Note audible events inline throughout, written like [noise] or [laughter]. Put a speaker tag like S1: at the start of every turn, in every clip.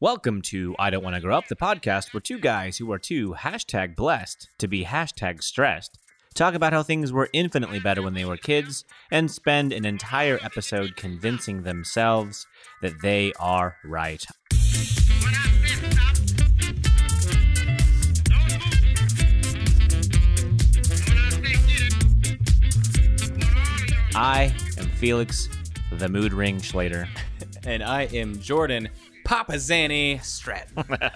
S1: Welcome to I Don't Want to Grow Up, the podcast where two guys who are too hashtag blessed to be hashtag stressed talk about how things were infinitely better when they were kids and spend an entire episode convincing themselves that they are right. I am Felix, the mood ring Schlater.
S2: And I am Jordan Papazani Stratton. A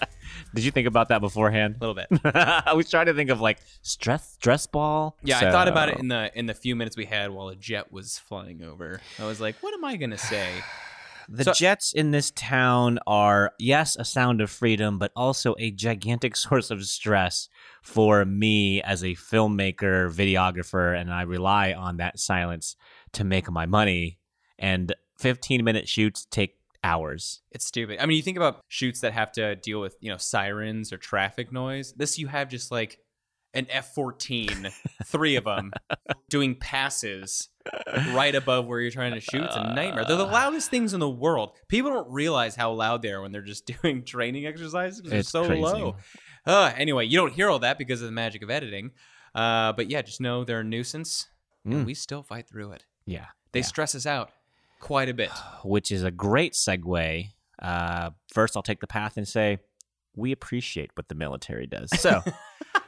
S1: Did you think about that beforehand?
S2: little bit.
S1: [laughs] I was trying to think of like stress stress ball.
S2: Yeah,
S1: So-
S2: I thought about it in the in the few minutes we had while a jet was flying over. I was like, what am I gonna say?
S1: the
S2: so-
S1: jets in this town are yes, a sound of freedom, but also a gigantic [laughs] source of stress for me as a filmmaker, videographer, and I rely on that silence to make my money. And 15 minute shoots take hours.
S2: It's stupid. I mean, you think about shoots that have to deal with, you know, sirens or traffic noise. This you have just like an F-14, three
S1: [laughs]
S2: of them doing passes right above where you're trying to shoot. It's a nightmare. They're the loudest things in the world. People don't realize how loud they are when they're just [laughs] doing training exercises because they're
S1: It's
S2: so
S1: crazy.
S2: low. Uh, anyway, you don't hear all that because of the magic of editing. Uh, but yeah, just know they're a nuisance,
S1: Mm.
S2: and we still fight through it.
S1: Yeah.
S2: They
S1: Yeah.
S2: stress us out quite
S1: [sighs]
S2: a bit.
S1: Which is a great segue. Uh, first, I'll take the path and say, we appreciate what the military does.
S2: [laughs]
S1: So,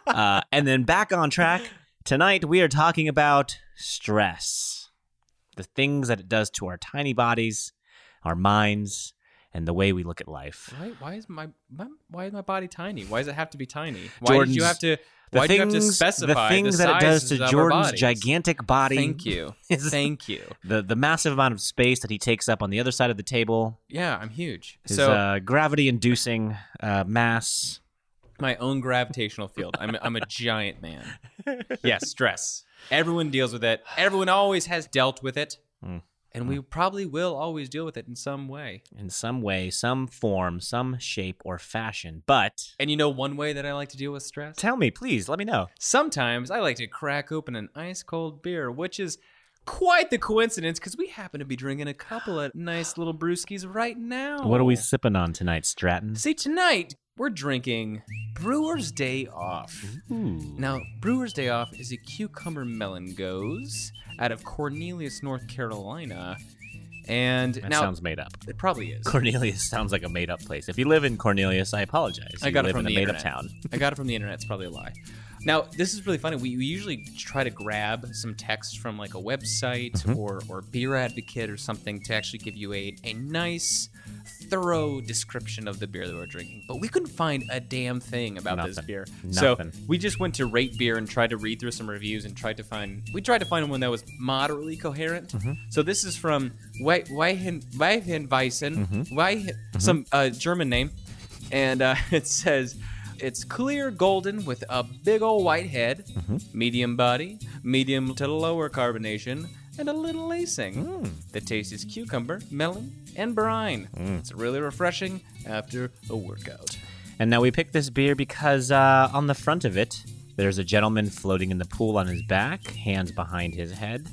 S1: uh, and then back on track. Tonight, we are talking about stress the things that it does to our tiny bodies, our minds, and the way we look at life.
S2: Why, why is my, my why is my body tiny? Why does it have to be tiny? Why did
S1: Jordan's-
S2: you have to
S1: The
S2: why do you have to
S1: things- the
S2: specify
S1: things
S2: the
S1: that it does to
S2: sizes of our
S1: Jordan's
S2: bodies?
S1: gigantic body?
S2: Thank
S1: [laughs]
S2: you. Thank you.
S1: The the massive amount of space that he takes up on the other side of the table,
S2: Yeah, I'm huge.
S1: his
S2: so
S1: uh, gravity-inducing uh, mass.
S2: my own gravitational field. I'm I'm a giant man. Yes, stress. Everyone deals with it. Everyone always has dealt with it.
S1: Mm.
S2: And we probably will always deal with it in some way.
S1: in some way, some form, some shape or fashion. But
S2: And you know one way that I like to deal with stress?
S1: tell me, please, let me know.
S2: Sometimes I like to crack open an ice cold beer, which is quite the coincidence because we happen to be drinking a
S1: [gasps]
S2: couple of nice little brewskis right now.
S1: What are we sipping on tonight, Stratton?
S2: See, tonight we're drinking Brewer's Day Off.
S1: Ooh.
S2: Now, Brewer's Day Off is a cucumber melon goes out of Cornelius, North Carolina. And
S1: That
S2: now
S1: sounds made up.
S2: it probably is.
S1: Cornelius sounds like a made up place. If you live in Cornelius, I apologize.
S2: I
S1: You
S2: got it
S1: live
S2: from
S1: in a
S2: the
S1: made up
S2: internet.
S1: town.
S2: I got it from the internet. It's probably a lie. Now, this is really funny. We, we usually try to grab some text from like a website
S1: Mm-hmm.
S2: or, or Beer Advocate or something to actually give you a, a nice, thorough description of the beer that we're drinking. But we couldn't find a damn thing about this
S1: Nothing.
S2: beer.
S1: Nothing.
S2: So we just went to Rate Beer and tried to read through some reviews and tried to find. We tried to find one that was moderately coherent. So this is from Wei- Weihen Weihenweizen, Weihen- some uh, German name, and uh, [laughs] it says. It's clear golden with a big old white head, medium body, medium to lower carbonation, and a little lacing. The taste is cucumber, melon, and brine. It's really refreshing after a workout.
S1: And now we picked this beer because uh, on the front of it, there's a gentleman floating in the pool on his back, hands behind his head,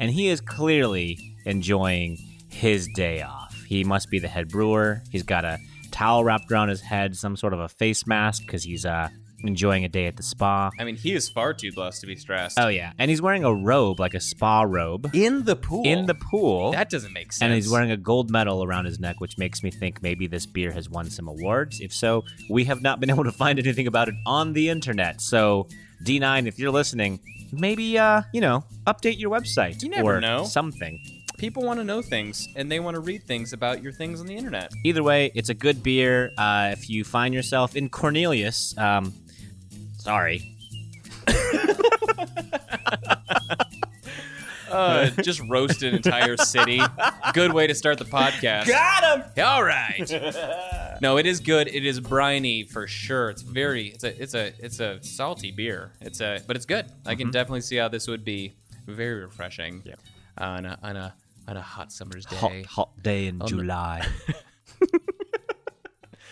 S1: and he is clearly enjoying his day off. He must be the head brewer. He's got a towel wrapped around his head, some sort of a face mask because he's uh, enjoying a day at the spa.
S2: I mean, he is far too blessed to be stressed.
S1: Oh, yeah. And he's wearing a robe, like a spa robe,
S2: in the pool.
S1: in the pool.
S2: That doesn't make sense.
S1: and he's wearing a gold medal around his neck, which makes me think maybe this beer has won some awards. If so, we have not been [laughs] able to find anything about it on the internet. So, D9, if you're listening, maybe uh, you know, update your website
S2: You never
S1: or
S2: know.
S1: something.
S2: People want to know things, and they want to read things about your things on the internet.
S1: Either way, it's a good beer. Uh, if you find yourself in Cornelius, um, sorry, [laughs]
S2: Uh, just roast an entire city. Good way to start the podcast.
S1: got him.
S2: All right. No, it is good. It is briny for sure. It's very. It's a. It's a. It's a salty beer. It's a. But it's good. I can definitely see how this would be very refreshing.
S1: Mm-hmm. Yeah.
S2: On a on a on a hot summer's day.
S1: Hot, hot day in
S2: the- [laughs]
S1: July.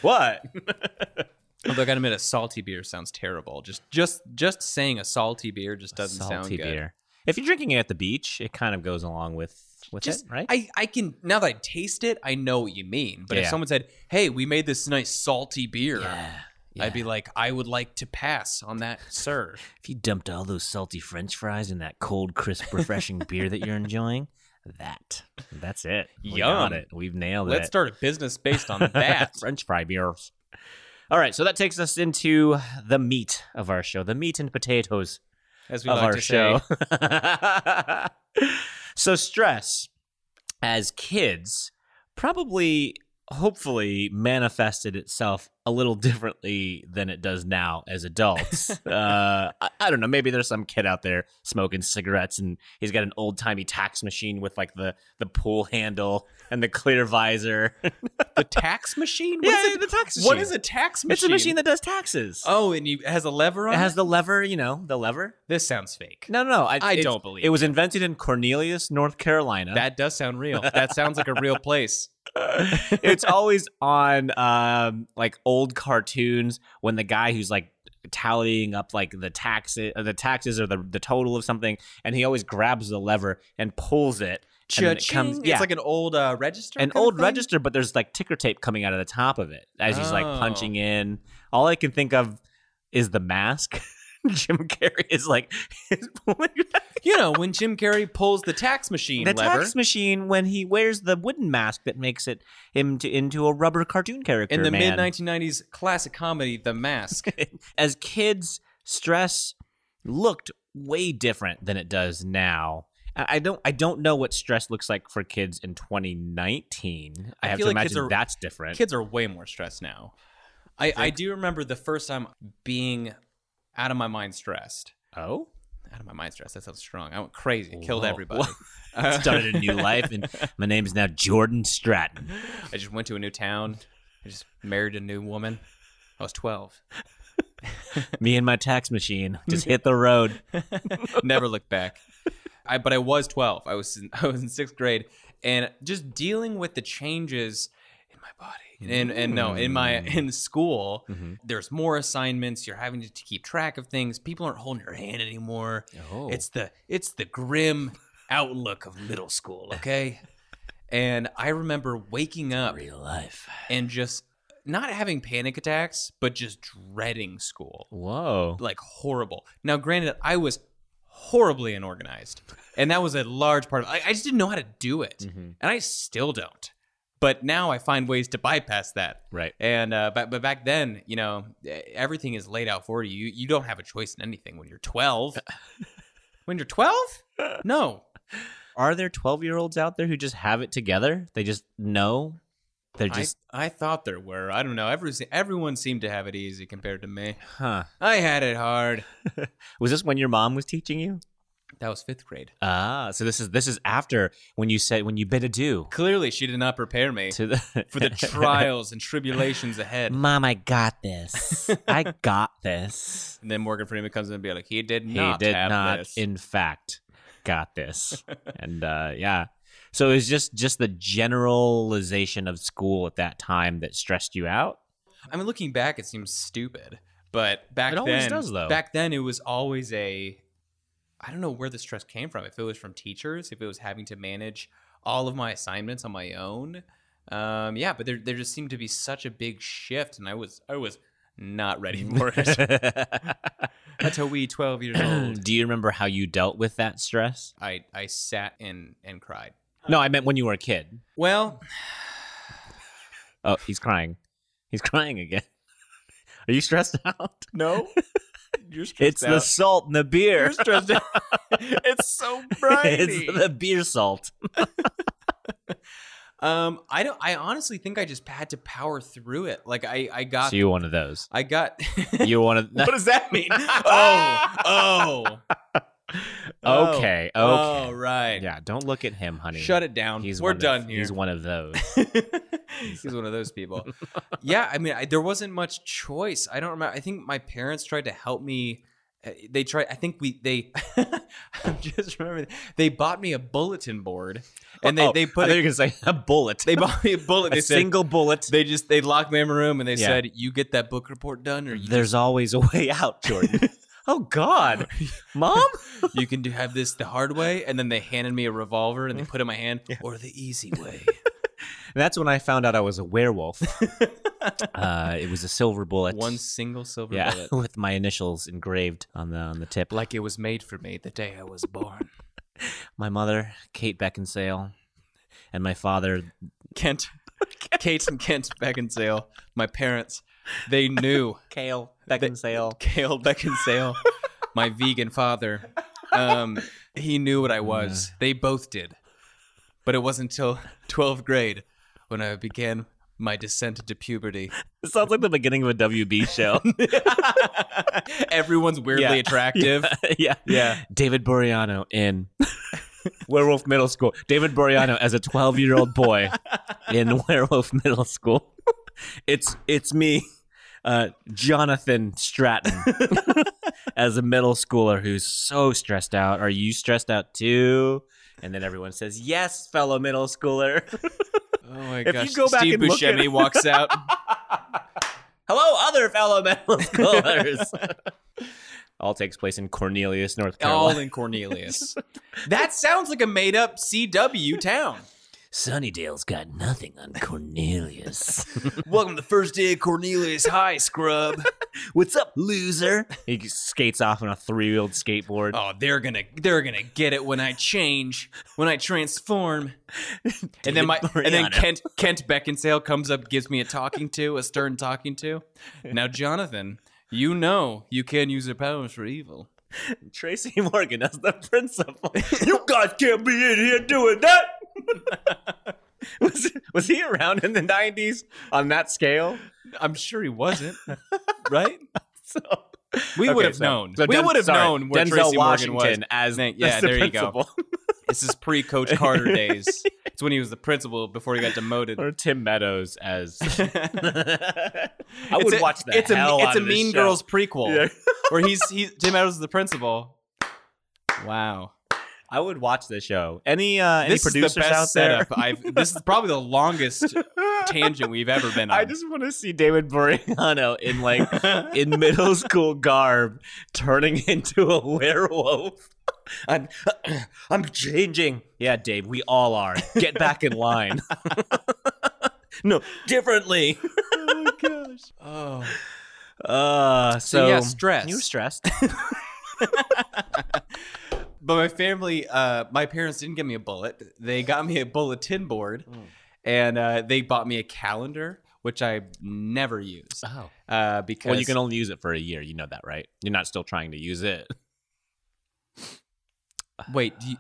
S1: what?
S2: Although I gotta admit, a salty beer sounds terrible. Just just just saying a salty beer just doesn't sound
S1: salty
S2: good.
S1: beer. If you're drinking it at the beach, it kind of goes along with with
S2: Just
S1: it, right?
S2: I, I can now that I taste it, I know what you mean. But if
S1: Yeah.
S2: someone said, "Hey, we made this nice salty beer,"
S1: yeah.
S2: I'd be like, "I would like to pass on that,
S1: [laughs]
S2: sir."
S1: If you dumped all those salty French fries in that cold, crisp,
S2: [laughs]
S1: refreshing beer that you're enjoying, that that's it. We got
S2: Yum.
S1: it. We've nailed
S2: Let's
S1: it.
S2: start a business based on that.
S1: [laughs] French fry beers. All right, so that takes us into the meat of our show, the meat and potatoes
S2: as we
S1: of
S2: like
S1: our
S2: to
S1: show.
S2: say.
S1: [laughs] so stress as kids probably hopefully manifested itself a little differently than it does now as
S2: [laughs]
S1: adults. uh, I, I don't know. Maybe there's some kid out there smoking cigarettes and he's got an old timey tax machine with like the, the pull handle and the clear visor. [laughs]
S2: The tax machine? What
S1: Yeah,
S2: is
S1: yeah,
S2: it-
S1: the tax
S2: What
S1: machine.
S2: is a tax machine?
S1: it's a machine that does taxes.
S2: Oh, and you, it has a lever on
S1: it
S2: it.
S1: has the lever, you know, the lever.
S2: this sounds fake.
S1: No, no, no. I,
S2: I
S1: it's-
S2: don't believe
S1: it was invented in Cornelius, North Carolina.
S2: That does sound real. That sounds like a real place.
S1: [laughs] it's always on um, like old cartoons when the guy who's like tallying up like the taxes, the taxes or the the total of something, and he always grabs the lever and pulls it, [laughs] and then it comes.
S2: Cha-ching.
S1: Yeah,
S2: It's like an old uh, register.
S1: an
S2: kind of
S1: old
S2: thing?
S1: register, but there's like ticker tape coming out of the top of it as he's like
S2: Oh.
S1: punching in. All I can think of is the mask. [laughs] Jim Carrey is like [laughs] is pulling
S2: You know, when Jim Carrey pulls the tax machine
S1: the
S2: lever
S1: tax machine when he wears the wooden mask that makes it him to, into a rubber cartoon character.
S2: in the
S1: man.
S2: mid 1990s classic comedy The
S1: [laughs]
S2: Mask.
S1: as kids, stress looked way different than it does now. And I don't I don't know what stress looks like for kids in 2019. I,
S2: I
S1: have to
S2: feel like kids
S1: imagine
S2: are-
S1: that's different.
S2: Kids are way more stressed now. I, I do remember the first time being out of my mind stressed.
S1: [laughs] oh,
S2: Out of my mind stressed. That sounds strong. I went crazy. It killed
S1: Whoa. [laughs]
S2: everybody. Uh,
S1: started a new life, [laughs] and my name is now Jordan Stratton.
S2: [laughs] I just went to a new town. I just married a new woman. I was 12.
S1: Me and my tax machine [laughs] just hit the road.
S2: [laughs] Never looked back. I, but I was 12. I was in, [laughs] I was in sixth grade, and just dealing with the changes in my body, and and no, in my in school, there's more assignments. You're having to keep track of things. People aren't holding your hand anymore.
S1: Oh.
S2: It's the it's the grim outlook of middle school. Okay, and I remember waking up
S1: Real life.
S2: and just not having panic attacks, but just dreading school
S1: Whoa.
S2: like horrible. Now, granted, I was horribly unorganized, and that was a large part of. I, I just didn't know how to do it, and I still don't. But now I find ways to bypass that.
S1: Right.
S2: And uh, but but back then, you know, e- everything is laid out for you. You, you don't have a choice in anything when you're 12. when you're 12? No.
S1: Are there 12 year olds out there who just have it together? They just know. They're
S2: I,
S1: just,
S2: I thought there were. I don't know. Every, everyone seemed to have it easy compared to me.
S1: huh.
S2: I had it hard.
S1: Was this when your mom was teaching you?
S2: That was fifth grade.
S1: Ah, so this is this is after when you said when you bid adieu
S2: Clearly, she did not prepare me.
S1: to [laughs] the
S2: for the trials and tribulations ahead.
S1: Mom, I got [laughs] this. I got this.
S2: And then Morgan Freeman comes in and be like, he did
S1: He
S2: not
S1: did
S2: have
S1: not,
S2: this.
S1: in fact, got this. [laughs] and uh, yeah, so it was just just the generalization of school at that time that stressed you out.
S2: I mean, looking back, it seems stupid, but back
S1: It always
S2: then,
S1: does, though.
S2: back then it was always a, I don't know where the stress came from. If it was from teachers, if it was having to manage all of my assignments on my own, um, yeah. But there, there just seemed to be such a big shift, and I was, I was
S1: [laughs]
S2: not ready for it. That's a wee twelve years old.
S1: [clears throat] Do you remember how you dealt with that stress?
S2: I, I sat and and cried.
S1: No, I meant when you were a kid. [laughs]
S2: Well,
S1: Oh, he's crying. He's [laughs] crying again. Are you stressed out?
S2: no, [laughs] you're
S1: [laughs]
S2: stressed
S1: It's the salt in the beer.
S2: [laughs] stressed out. it's so
S1: [laughs] it's the beer salt.
S2: um, I don't. I honestly think I just had to power through it. Like I, I got,
S1: So you're one of [laughs] those.
S2: I got. [laughs]
S1: You're one of.
S2: what does
S1: [laughs]
S2: that mean? oh, oh, oh.
S1: [laughs] okay, okay.
S2: Oh, right.
S1: Yeah, don't look at him, honey.
S2: Shut it down.
S1: He's
S2: We're
S1: one of-
S2: done here.
S1: He's
S2: [laughs]
S1: one of [laughs] those.
S2: He's one of those people. [laughs] yeah, I mean, I, there wasn't much choice. I don't remember. I think my parents tried to help me. Uh, They tried. I think we they. [laughs] I'm just remembering. They bought me a bulletin board, and they
S1: Oh,
S2: they put
S1: I thought
S2: a,
S1: you were gonna say a bullet.
S2: they bought me
S1: [laughs]
S2: a bullet. They
S1: a
S2: said,
S1: single bullet.
S2: They just they locked me in my room and they
S1: Yeah.
S2: said, "You get that book report done, or
S1: [laughs]
S2: you
S1: There's always a way out, Jordan. Oh [laughs] God, Mom.
S2: you can do have this the hard way, and then they handed me a revolver and they put it in my hand, or the easy way.
S1: And that's when I found out I was a [laughs] werewolf. uh, it was a silver bullet.
S2: One single silver
S1: yeah, [laughs]
S2: bullet,
S1: with my initials engraved on the on the tip. Like
S2: like it was made for me the day I was born.
S1: my mother, Kate Beckinsale, and my father.
S2: Kent, [laughs] Kate and Kent Beckinsale, my parents, they knew [laughs]
S1: Kale Beckinsale.
S2: Kale Beckinsale, my vegan father. Um, he knew what I was. They both did, but it wasn't until 12th grade when I began my descent into puberty.
S1: It sounds like the beginning of a WB [laughs] show.
S2: [laughs] Everyone's weirdly
S1: Yeah.
S2: attractive.
S1: [laughs] yeah.
S2: Yeah.
S1: David Boreano in Werewolf Middle School. David Boreano as a 12 year old boy [laughs] in Werewolf Middle School. It's it's me, uh, Jonathan Stratton, [laughs] as a middle schooler who's so stressed out. Are you stressed out too? And then everyone says, "Yes, fellow middle schooler."
S2: [laughs]
S1: [laughs]
S2: Oh my
S1: you
S2: gosh!
S1: go back
S2: Steve
S1: and look at-
S2: Buscemi walks out.
S1: [laughs] Hello, other fellow middle schoolers. All takes place in Cornelius, North Carolina.
S2: [laughs] all in Cornelius. that sounds like a made up
S1: [laughs]
S2: CW town.
S1: [laughs] Sunnydale's got nothing on Cornelius.
S2: Welcome to first day of Cornelius High, scrub.
S1: What's up, loser? [laughs] He skates off on a three-wheeled skateboard.
S2: Oh, they're gonna they're gonna get it when I change, when I transform.
S1: [laughs]
S2: and then my and then
S1: Boreanaz.
S2: Kent Kent Beckinsale comes up, gives me a talking to, a stern talking to. Now, Jonathan, you know you can use your powers for evil.
S1: Tracy [laughs] Morgan as the [laughs] principal. you guys can't be in here doing that. [laughs] was, was he around in the '90s on that scale?
S2: I'm sure
S1: [laughs]
S2: he wasn't, right?
S1: So,
S2: We
S1: Okay,
S2: would have
S1: so-
S2: known.
S1: so
S2: we
S1: Den-
S2: would have
S1: sorry,
S2: known where
S1: Denzel
S2: Tracy
S1: Washington
S2: Morgan was.
S1: as
S2: Thank- yeah,
S1: as the
S2: there you go. [laughs]
S1: principal.
S2: This is pre Coach [laughs] Carter days. It's when he was the principal before he got [laughs] demoted.
S1: or Tim Meadows as. [laughs] I
S2: It's
S1: would
S2: a-
S1: watch the
S2: It's a
S1: hell
S2: it's
S1: out
S2: a
S1: of this
S2: Mean
S1: show.
S2: Girls prequel
S1: [laughs] Yeah.
S2: where he's he Tim Meadows is the principal. Wow,
S1: I would watch the show. Any uh, any
S2: this
S1: producers
S2: is the best
S1: out there?
S2: setup. I've this is probably the longest
S1: [laughs]
S2: tangent we've ever been on.
S1: I just want to see David Boreano in like in middle school garb turning [laughs] into a werewolf. [laughs] I'm, [clears throat] I'm changing. Yeah, Dave, we all are. Get back in line. [laughs] no, differently.
S2: [laughs] oh my gosh.
S1: [laughs]
S2: Oh,
S1: Uh, so,
S2: yeah, stress.
S1: You were stressed.
S2: but my family, uh, my parents didn't get me a bullet. They got me a bulletin board,
S1: Mm.
S2: and uh, they bought me a calendar, which I never used.
S1: Oh.
S2: Uh, because
S1: Well, you can only use it for a year. You know that, right? You're not still trying to use it.
S2: wait. Do you,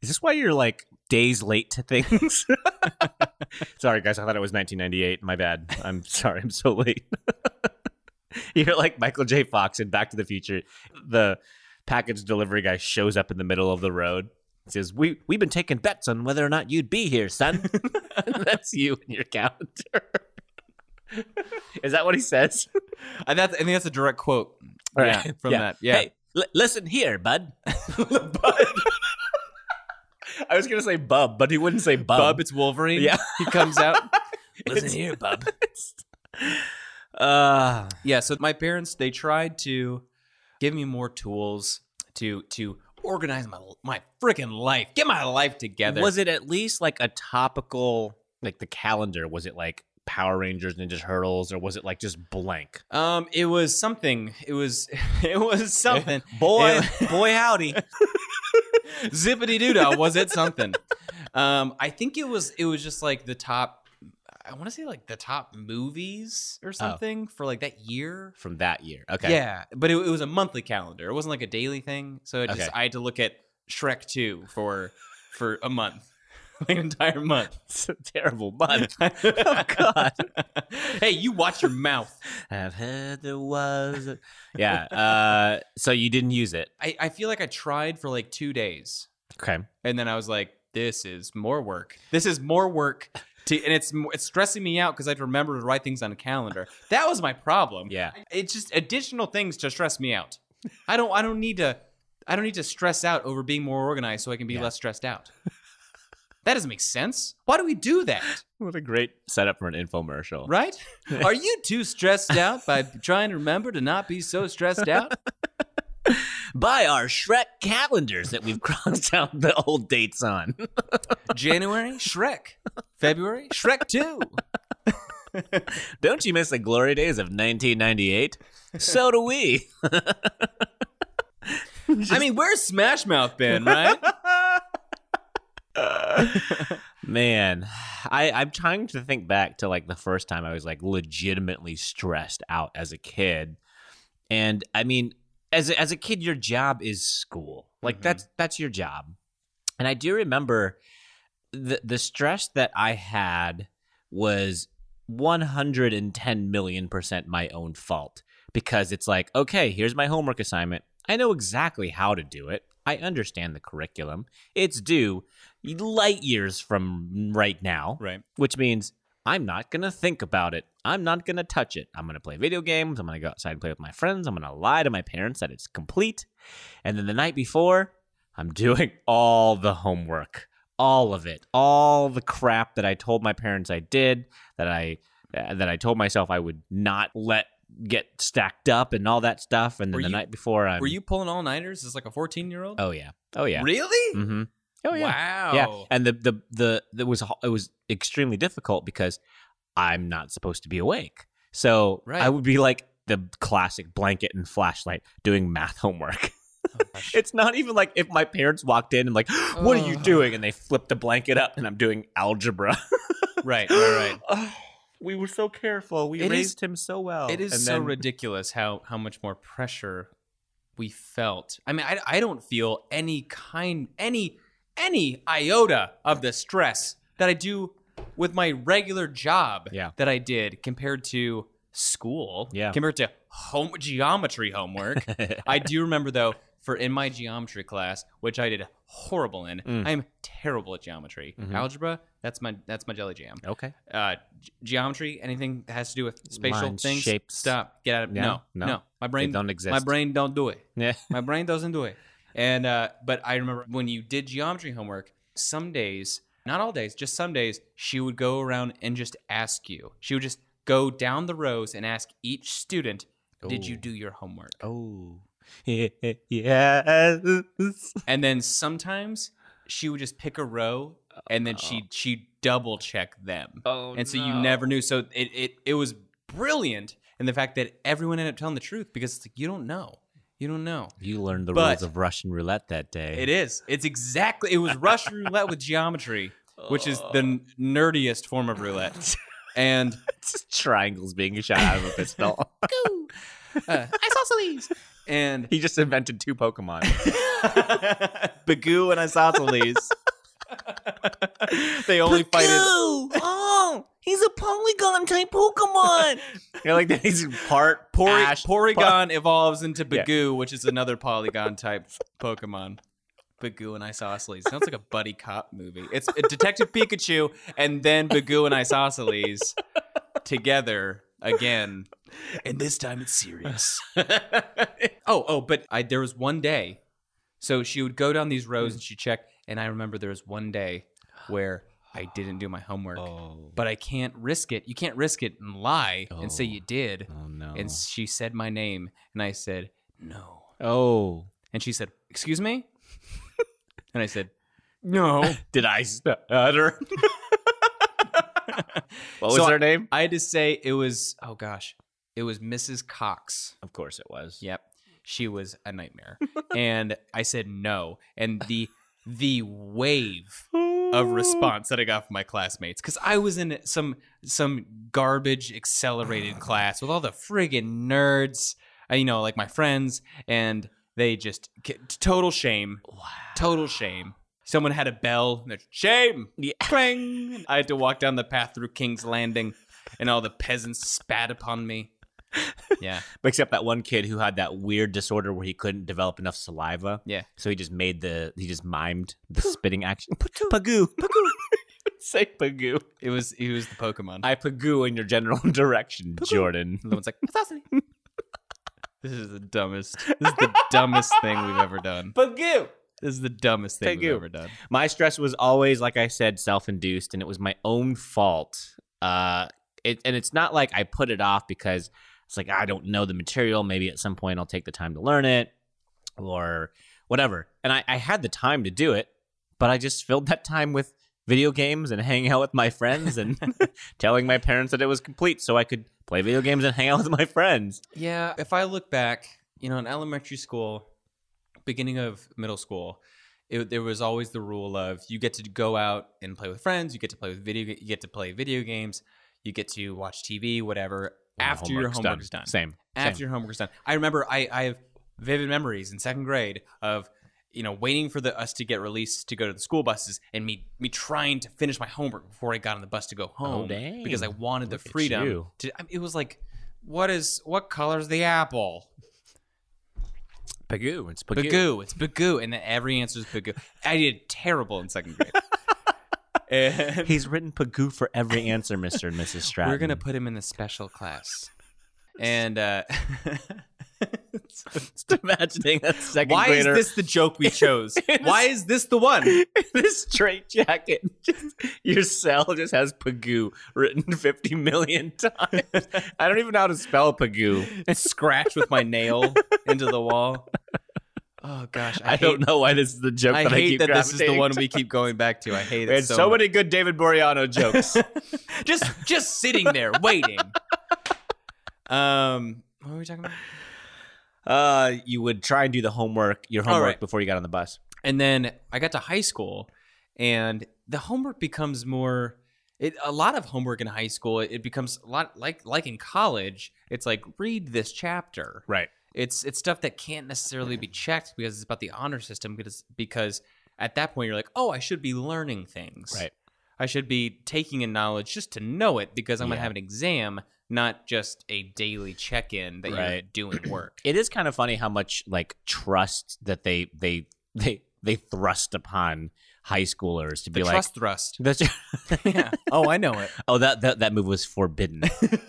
S1: Is this why you're like days late to things? [laughs] sorry, guys. I thought it was 1998. My bad. I'm sorry. I'm so late. [laughs] you're like Michael J. Fox in Back to the Future. The package delivery guy shows up in the middle of the road. and Says we we've been taking bets on whether or not you'd be here, son. [laughs] That's you and your calendar. [laughs] Is that what he says?
S2: I, Uh, that's, I think that's a direct quote.
S1: [laughs]
S2: Yeah, from that. Yeah.
S1: Hey, l- listen here, bud. [laughs] bud. [laughs] I was gonna say bub, but he wouldn't say bub.
S2: Bub, it's Wolverine.
S1: um, Yeah.
S2: he
S1: [laughs]
S2: comes out.
S1: Listen here, [laughs] bub. uh,
S2: Yeah, so my parents they tried to give me more tools to to organize my my freaking life, get my life together.
S1: was it at least like a topical, like the calendar? Was it like Power Rangers, Ninja Turtles, or was it like just blank?
S2: um, it was something. It was [laughs] it was something.
S1: Boy,
S2: [laughs] boy, [laughs] howdy. Zippity doo dah. Was it something? Um, I think it was. It was just like the top. I want to say like the top movies or something for like that year.
S1: From that year, okay. [laughs]
S2: Yeah, but it, it was a monthly calendar. It wasn't like a daily thing. So it
S1: Okay.
S2: just I had to look at Shrek two for for a month, [laughs] like an entire month. [laughs]
S1: it's a terrible month. [laughs] oh God.
S2: hey, you watch your mouth.
S1: [laughs] I've heard there was. a- [laughs] Yeah. Uh, so you didn't use it.
S2: I I feel like I tried for like two days,
S1: Okay.
S2: and then I was like, this is more work. This is more work. To, and it's mo- it's stressing me out because I'd remember to write things on a calendar. That was my problem.
S1: Yeah.
S2: it's just additional things to stress me out. I don't I don't need to I don't need to stress out over being more organized so I can be
S1: Yeah.
S2: less stressed out. That doesn't make sense. Why do we do that?
S1: What a great setup for an infomercial.
S2: Right? Are you too stressed out by trying to remember to not be so stressed out?
S1: Buy our Shrek calendars that we've [laughs] crossed out the old dates on. [laughs]
S2: January, Shrek. February, Shrek 2.
S1: Don't you miss the glory days of 1998? So do we.
S2: I mean, where's Smash Mouth been, right?
S1: Man, I, I'm trying to think back to like the first time I was like legitimately stressed out as a kid. And I mean, as a, as a kid, your job is school. Like
S2: Mhm.
S1: that's that's your job. And I do remember the the stress that I had was 110 million percent my own fault because it's like, okay, here's my homework assignment. I know exactly how to do it. I understand the curriculum. It's due light years from right now,
S2: Right.
S1: which means I'm not going to think about it. I'm not going to touch it. I'm going to play video games. I'm going to go outside and play with my friends. I'm going to lie to my parents that it's complete. And then the night before, I'm [laughs] doing all the homework, all of it, all the crap that I told my parents I did, that I uh, that I told myself I would not let get stacked up and all that stuff. And then
S2: Were
S1: the
S2: you-
S1: night before, I'm
S2: Were you pulling all nighters as like a 14 year old?
S1: Oh yeah. Oh yeah.
S2: Really?
S1: Mm-hmm. Oh yeah.
S2: Wow.
S1: Yeah, and the the the that was h- it was extremely difficult because I'm not supposed to be awake. So
S2: Right.
S1: I would be like the classic blanket and flashlight doing math homework. [laughs] it's not even like if my parents walked in and like, [gasps] "What are you
S2: Ugh.
S1: doing?" and they flipped the blanket up and I'm doing algebra.
S2: Right, right,
S1: Oh, [laughs] we were so careful. We
S2: It is-
S1: raised him so well.
S2: right. It is
S1: And
S2: so
S1: then-
S2: ridiculous how how much more pressure we felt. I mean, I, I don't feel any kind any any iota of the stress that I do with my regular job
S1: Yeah.
S2: that I did compared to school,
S1: Yeah.
S2: compared to home
S1: [laughs]
S2: geometry homework. I do remember though, for in my geometry class, which I did horrible in.
S1: Mm.
S2: I'm terrible at geometry.
S1: Mhm.
S2: Algebra, that's my that's my jelly jam.
S1: okay.
S2: uh, g- geometry, anything that has to do with spatial
S1: Lines,
S2: things,
S1: shapes.
S2: stop. Get out of
S1: Yeah,
S2: no,
S1: no.
S2: no, My brain,
S1: they don't exist.
S2: my brain don't do it.
S1: Yeah.
S2: [laughs] My brain doesn't do it. And uh, but I remember when you did geometry homework. Some days, not all days, just some days, she would go around and just ask you. She would just go down the rows and ask each student, "Did you
S1: Ooh.
S2: do your homework?"
S1: Oh. [laughs] yes.
S2: And then sometimes she would just pick a row and then she she double check them.
S1: Oh,
S2: and so you never knew. So it, it it was brilliant in the fact that everyone ended up telling the truth because it's like you don't know, you don't know.
S1: You learned the
S2: But-
S1: rules of Russian roulette that day.
S2: It is. It's exactly. It was Russian roulette with geometry, which is
S1: Oh.
S2: the n- nerdiest form
S1: [laughs]
S2: of roulette. And
S1: Just triangles being shot out of a pistol.
S2: uh, isosceles.
S1: [laughs]
S2: And
S1: [laughs] he just invented two Pokemon, [laughs]
S2: Bagoo
S1: [laughs]
S2: and isosceles. they only fight it.
S1: oh, he's a polygon type Pokemon. You're like that. He's part
S2: Pori-
S1: Ash-
S2: Porygon evolves into
S1: Yeah.
S2: Bagoo, which is another polygon type [laughs] Pokemon. Bagoo and [laughs] Isosceles sounds like a buddy cop movie. It's uh, Detective Pikachu and then Bagoo and [laughs] Isosceles together again, and this time it's [laughs] serious. oh, oh, but I, there was one day. So she would go down these
S1: Hmm.
S2: rows and she check, and I remember there was one day where I didn't do my homework.
S1: Oh,
S2: But I can't risk it. You can't risk it and lie and say
S1: Oh.
S2: you did
S1: oh no.
S2: and she said my name and i said no
S1: oh,
S2: and she said excuse me and i said no
S1: did I stutter? [laughs] what was
S2: So I-
S1: her name?
S2: [laughs] i had to say it was oh gosh it was mrs cox
S1: Of course it was.
S2: yep she was a nightmare
S1: [laughs]
S2: and i said no and the the wave
S1: [laughs]
S2: of response that i got from my classmates because i was in some some garbage
S1: [sighs]
S2: accelerated class with all the friggin nerds uh, you know like my friends and they just total shame
S1: Wow.
S2: Total shame. Someone had a bell. And they're, shame.
S1: Yeah.
S2: [laughs] Clang. And I had to walk down the path through King's Landing, and all the peasants spat upon
S1: [laughs]
S2: me. Yeah.
S1: Except that one kid who had that weird disorder where he couldn't develop enough saliva.
S2: Yeah.
S1: So he just made the he just mimed the spitting action. Pagoo. Pagoo. [laughs] Say pagoo.
S2: It was it was the Pokemon.
S1: I pagoo in your general [laughs] direction, Jordan.
S2: and the one's like, [laughs] "Assassin." [laughs] this is the dumbest. This is the dumbest thing we've ever done.
S1: Pagoo.
S2: This is the dumbest thing
S1: Thank
S2: we've
S1: you.
S2: ever done.
S1: My stress was always, like I said, self-induced, and it was my own fault. Uh, it, and it's not like I put it off because it's like I don't know the material. Maybe at some point I'll take the time to learn it, or whatever. And I, I had the time to do it, but I just filled that time with video games and hanging out with my friends and [laughs] telling my parents that it was complete so I could play video games and hang out with my friends.
S2: Yeah, if I look back, you know, in elementary school, beginning of middle school, it, there was always the rule of you get to go out and play with friends, you get to play with video, you get to play video games, you get to watch TV, whatever. after your homework is done,
S1: Same.
S2: after
S1: Same.
S2: your homework is done, I remember I, I have vivid memories in second grade of you know waiting for the us to get released to go to the school buses and me me trying to finish my homework before I got on the bus to go home
S1: Oh, dang.
S2: because I wanted the
S1: Look at
S2: freedom
S1: you.
S2: to, I mean, it was like what is what color's the apple
S1: Pagoo. It's Pagoo.
S2: Bagoo. It's Bagoo. And then every answer is Bagoo. I did terrible in
S1: [laughs]
S2: second grade. and
S1: He's written Pagoo for every answer, Mr. and Mrs. Stratton.
S2: we're going to put him in the special class. And uh, [laughs]
S1: just imagining that second
S2: why is
S1: grader
S2: this the joke we
S1: [laughs]
S2: chose? why is this the one?
S1: in [laughs] this straight jacket. Just, your cell just has Pagoo written [laughs] 50 million times. I don't even know how to spell Pagoo.
S2: Scratch with my nail into the wall. Oh, gosh. I,
S1: I, don't
S2: hate-
S1: know why this is the joke
S2: I
S1: that I
S2: hate
S1: keep
S2: that this is the
S1: gravitating
S2: one
S1: to.
S2: we keep going back to. I hate
S1: We
S2: it
S1: had
S2: so,
S1: so,
S2: much.
S1: many good David Boreano jokes.
S2: [laughs] just just sitting there waiting. [laughs] Um, what were we talking about?
S1: uh, you would try and do the homework, your
S2: All
S1: homework
S2: right.
S1: before you got on the bus.
S2: And then I got to high school, and the homework becomes more. It, a lot of homework in high school. It, becomes a lot like like in college. It's like read this chapter.
S1: Right.
S2: It's it's stuff that can't necessarily be checked because it's about the honor system. Because because at that point you're like, oh, I should be learning things.
S1: Right.
S2: I should be taking in knowledge just to know it because I'm gonna
S1: Yeah.
S2: have an exam, not just a daily check in that you're
S1: Right.
S2: doing
S1: [clears throat]
S2: work.
S1: it is kind of funny how much like trust that they they they they thrust upon high schoolers to
S2: the
S1: be like
S2: trust thrust. [laughs]
S1: That's
S2: yeah. Oh, I know
S1: [laughs]
S2: it.
S1: oh that, that that move was
S2: [laughs]
S1: forbidden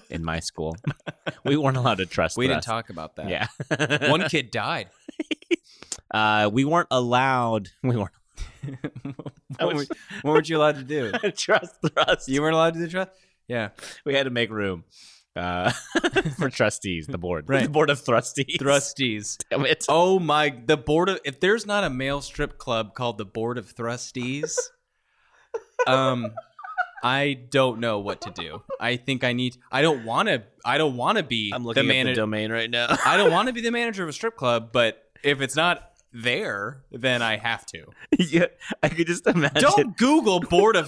S1: in my school. We weren't allowed to trust.
S2: We didn't
S1: thrust.
S2: talk about that.
S1: Yeah,
S2: [laughs] One kid died.
S1: [laughs]
S2: [laughs]
S1: uh, we weren't allowed. [laughs] We weren't That
S2: what, were,
S1: was-
S2: what were you allowed
S1: [laughs]
S2: to do?
S1: allowed to trust thrust.
S2: You weren't allowed to do trust. Yeah,
S1: we had to make room uh, [laughs] for trustees. The board,
S2: Right.
S1: The board of trustees. [laughs]
S2: thrusties.
S1: Damn it.
S2: Oh my! The board of if there's not a male strip club called the board of thrusties, um, I don't know what to do. I think I need. I don't want to. I don't want to be
S1: I'm looking
S2: the
S1: at the
S2: manager.
S1: domain right now.
S2: I don't want to be the manager of a strip club. But if it's not there, then I
S1: [laughs]
S2: have to.
S1: [laughs] yeah, I could just imagine.
S2: Don't Google board of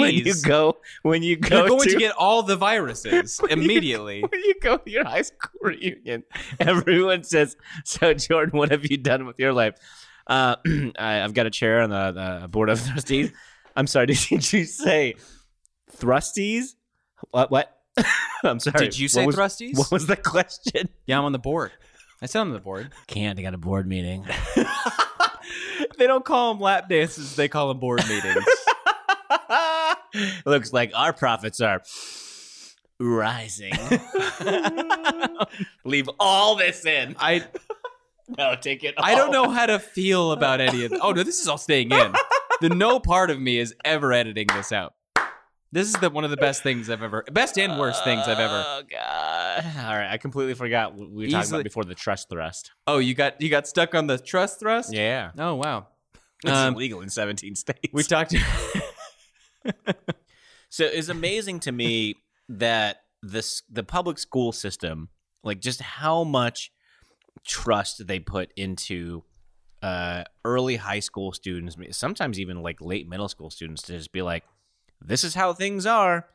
S1: [laughs] when you go when you go
S2: You're going to get all
S1: [laughs]
S2: the viruses immediately.
S1: when you go to your high [laughs] school reunion, everyone says, "So, Jordan, what have you done with your life?" Uh, [clears throat] I, I've got a chair on the, the board of [laughs] trustees. I'm sorry, [laughs] did you say thrusties? What? What? [laughs] I'm sorry.
S2: Did you say
S1: what was,
S2: thrusties?
S1: What was the question? [laughs]
S2: Yeah, I'm on the board. I said I'm on the board.
S1: Can't. I got a board meeting.
S2: they don't call them lap dances; they call them board meetings.
S1: [laughs] Looks like our profits are [laughs] rising. Leave all this in.
S2: I
S1: No, take it.
S2: I don't
S1: all.
S2: know how to feel about any of. Oh no, this is all staying in. The no part of me is ever editing this out. This is the one of the best things I've ever, best and worst things I've ever.
S1: Oh god! [sighs] All right, I completely forgot what we were talking
S2: Easily-
S1: about before the trust thrust.
S2: Oh, you got you got stuck on the trust thrust.
S1: Yeah,
S2: Oh wow.
S1: it's
S2: Um,
S1: illegal in 17 states.
S2: We [laughs] talked.
S1: so it's amazing to me that this the public school system, like just how much trust they put into uh, early high school students, sometimes even like late middle school students, to just be like, "This is how things are.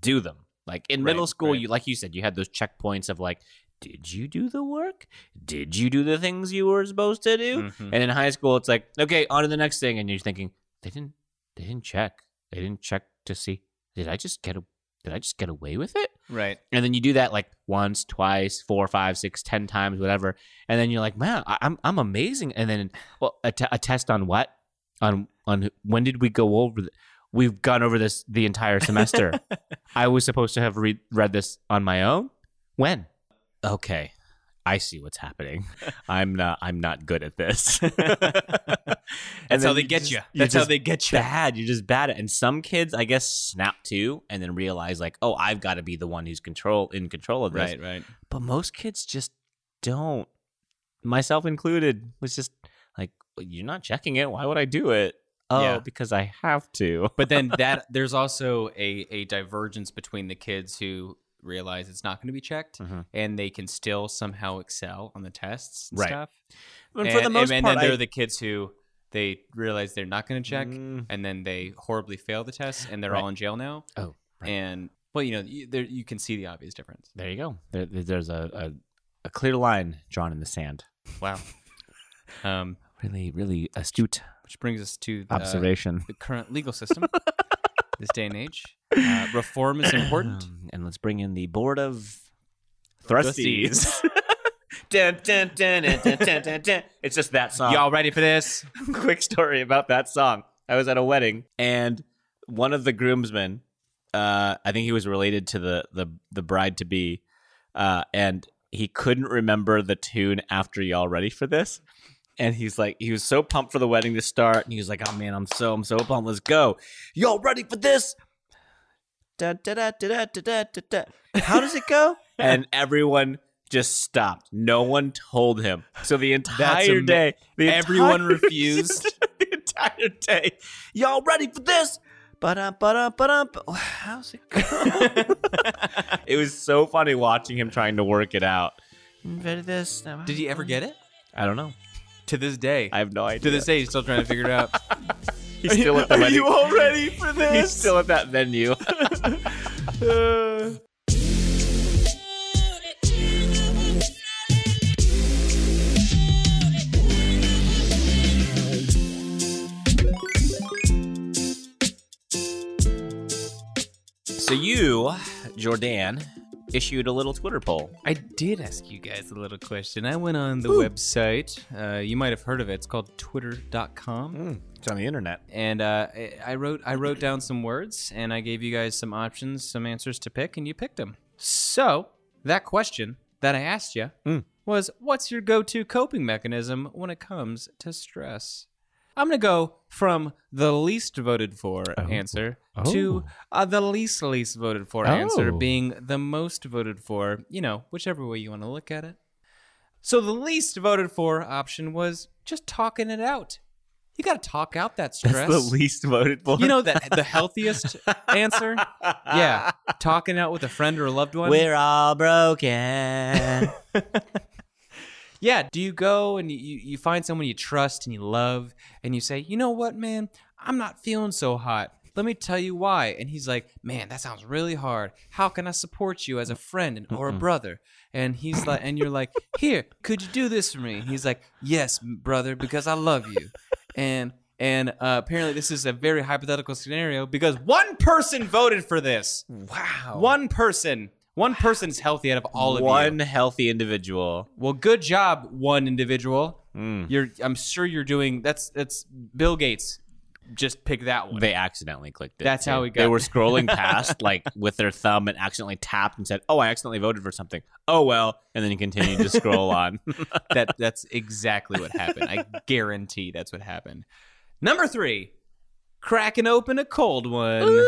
S1: Do them." Like in middle
S2: Right,
S1: school,
S2: right.
S1: you like you said, you had those checkpoints of like, "Did you do the work? Did you do the things you were supposed to do?"
S2: Mhm.
S1: And in high school, it's like, okay, on to the next thing, and you're thinking they didn't, they didn't check, they didn't check to see did I just get a, did I just get away with it?
S2: [laughs] Right.
S1: And then you do that like once, twice, four, five, six, ten times, whatever, and then you're like, man, I, I'm I'm amazing. And then well, a, t- a test on what? On on when did we go over? The, we've gone over this the entire
S2: [laughs]
S1: semester. I was supposed to have re- read this on my own. When? Okay. I see what's
S2: [laughs]
S1: happening. I'm not. I'm not good at this. [laughs]
S2: That's how they get you. That's how they
S1: get you. Bad. You're just bad at. And some kids, I guess, snap too, and then realize like, oh, I've got to be the one who's control in control of this.
S2: Right, right.
S1: But most kids just don't. Myself included was just like, you're not checking it. Why would I do it? Oh,
S2: Yeah.
S1: because I have to.
S2: But then that there's also a a divergence between the kids [laughs] who realize it's not going to be checked
S1: Mhm.
S2: and they can still somehow excel on the tests and
S1: Right.
S2: stuff.
S1: And,
S2: and,
S1: for the most
S2: and,
S1: part,
S2: then there
S1: I-
S2: are the kids who they realize they're not going to check,
S1: Mm.
S2: and then they horribly fail the test, and they're
S1: Right.
S2: all in jail now.
S1: Oh, right.
S2: and well, you know, you, there, you can see the obvious difference.
S1: there you go. There, there's a, a a clear line drawn in the sand.
S2: [laughs] Wow. um,
S1: Really, really astute
S2: which brings us to
S1: Uh,
S2: the,
S1: observation.
S2: the current legal [laughs] system, this day and age. Uh, reform is [clears throat] important.
S1: Um, and let's bring in the board of
S2: Trustees.
S1: trustees. [laughs] Dun, dun, dun, dun, dun, dun, dun, dun. It's just that song.
S2: Y'all ready for this?
S1: [laughs] quick story about that song. I was at a wedding and one of the groomsmen, uh, I think he was related to the the, the bride to be, uh, and he couldn't remember the tune after y'all ready for this. And he's like, he was so pumped for the wedding to start, and he was like, "Oh man, I'm so, I'm so pumped. Let's go, y'all ready for this?" Da, da, da, da, da, da, da, da, da. How does it go? and everyone just stopped. No one told him. So the entire
S2: ama-
S1: day, the
S2: Everyone
S1: entire- [laughs]
S2: refused.
S1: the entire day. Y'all ready for this? Ba-dum, ba-dum, ba-dum, ba- [sighs] How's it go? [laughs] it was so funny watching him trying to work it out. Ready for this?
S2: Did he ever get it?
S1: I don't know.
S2: To this day.
S1: I have no idea.
S2: to this day, he's still trying to figure it out.
S1: he's still [laughs] at the
S2: Are
S1: wedding.
S2: you all ready
S1: [laughs]
S2: for
S1: he's
S2: this?
S1: still at that [laughs] venue. so you, Jordan, issued a little Twitter poll.
S2: [laughs] I did ask you guys a little question. I went on the website. Uh, you might have heard of it. It's called twitter.com.
S1: It's on the internet.
S2: And uh, I- I wrote I wrote down some words and I gave you guys some options, some answers to pick, and you picked them. So that question that I asked you
S1: Hmm.
S2: was, "What's your go-to coping mechanism when it comes to stress?" I'm gonna go from the least voted for
S1: Oh.
S2: answer to uh, the least least voted for answer
S1: Oh.
S2: being the most voted for. You know, whichever way you want to look at it. So the least voted for option was just talking it out. You got to talk out that stress.
S1: That's the least voted for.
S2: you know that the healthiest answer? Yeah, talking out with a friend or a loved one.
S1: we're all broken.
S2: Yeah, do you go and you, you find someone you trust and you love and you say, "You know what, man? I'm not feeling so hot. Let me tell you why." And he's like, "Man, that sounds really hard. How can I support you as a friend and, or a brother?" And he's like and you're like, "Here, could you do this for me?" And he's like, "Yes, brother, because I love you." And and uh, apparently this is a very hypothetical scenario because one person voted for this.
S1: wow.
S2: One person. One person's healthy out of all of
S1: [laughs]
S2: you.
S1: one healthy individual.
S2: Well, good job, one individual. You're, I'm sure you're doing. That's that's Bill Gates. Just pick
S1: [laughs]
S2: that one.
S1: They accidentally clicked it.
S2: That's how
S1: too.
S2: we
S1: They
S2: got- [laughs]
S1: were scrolling past, like with their thumb, and accidentally tapped and said, "Oh, I accidentally voted for something." Oh well, and then you continued to scroll [laughs] on.
S2: that that's exactly what happened. I guarantee that's what happened. Number three, cracking open a cold one.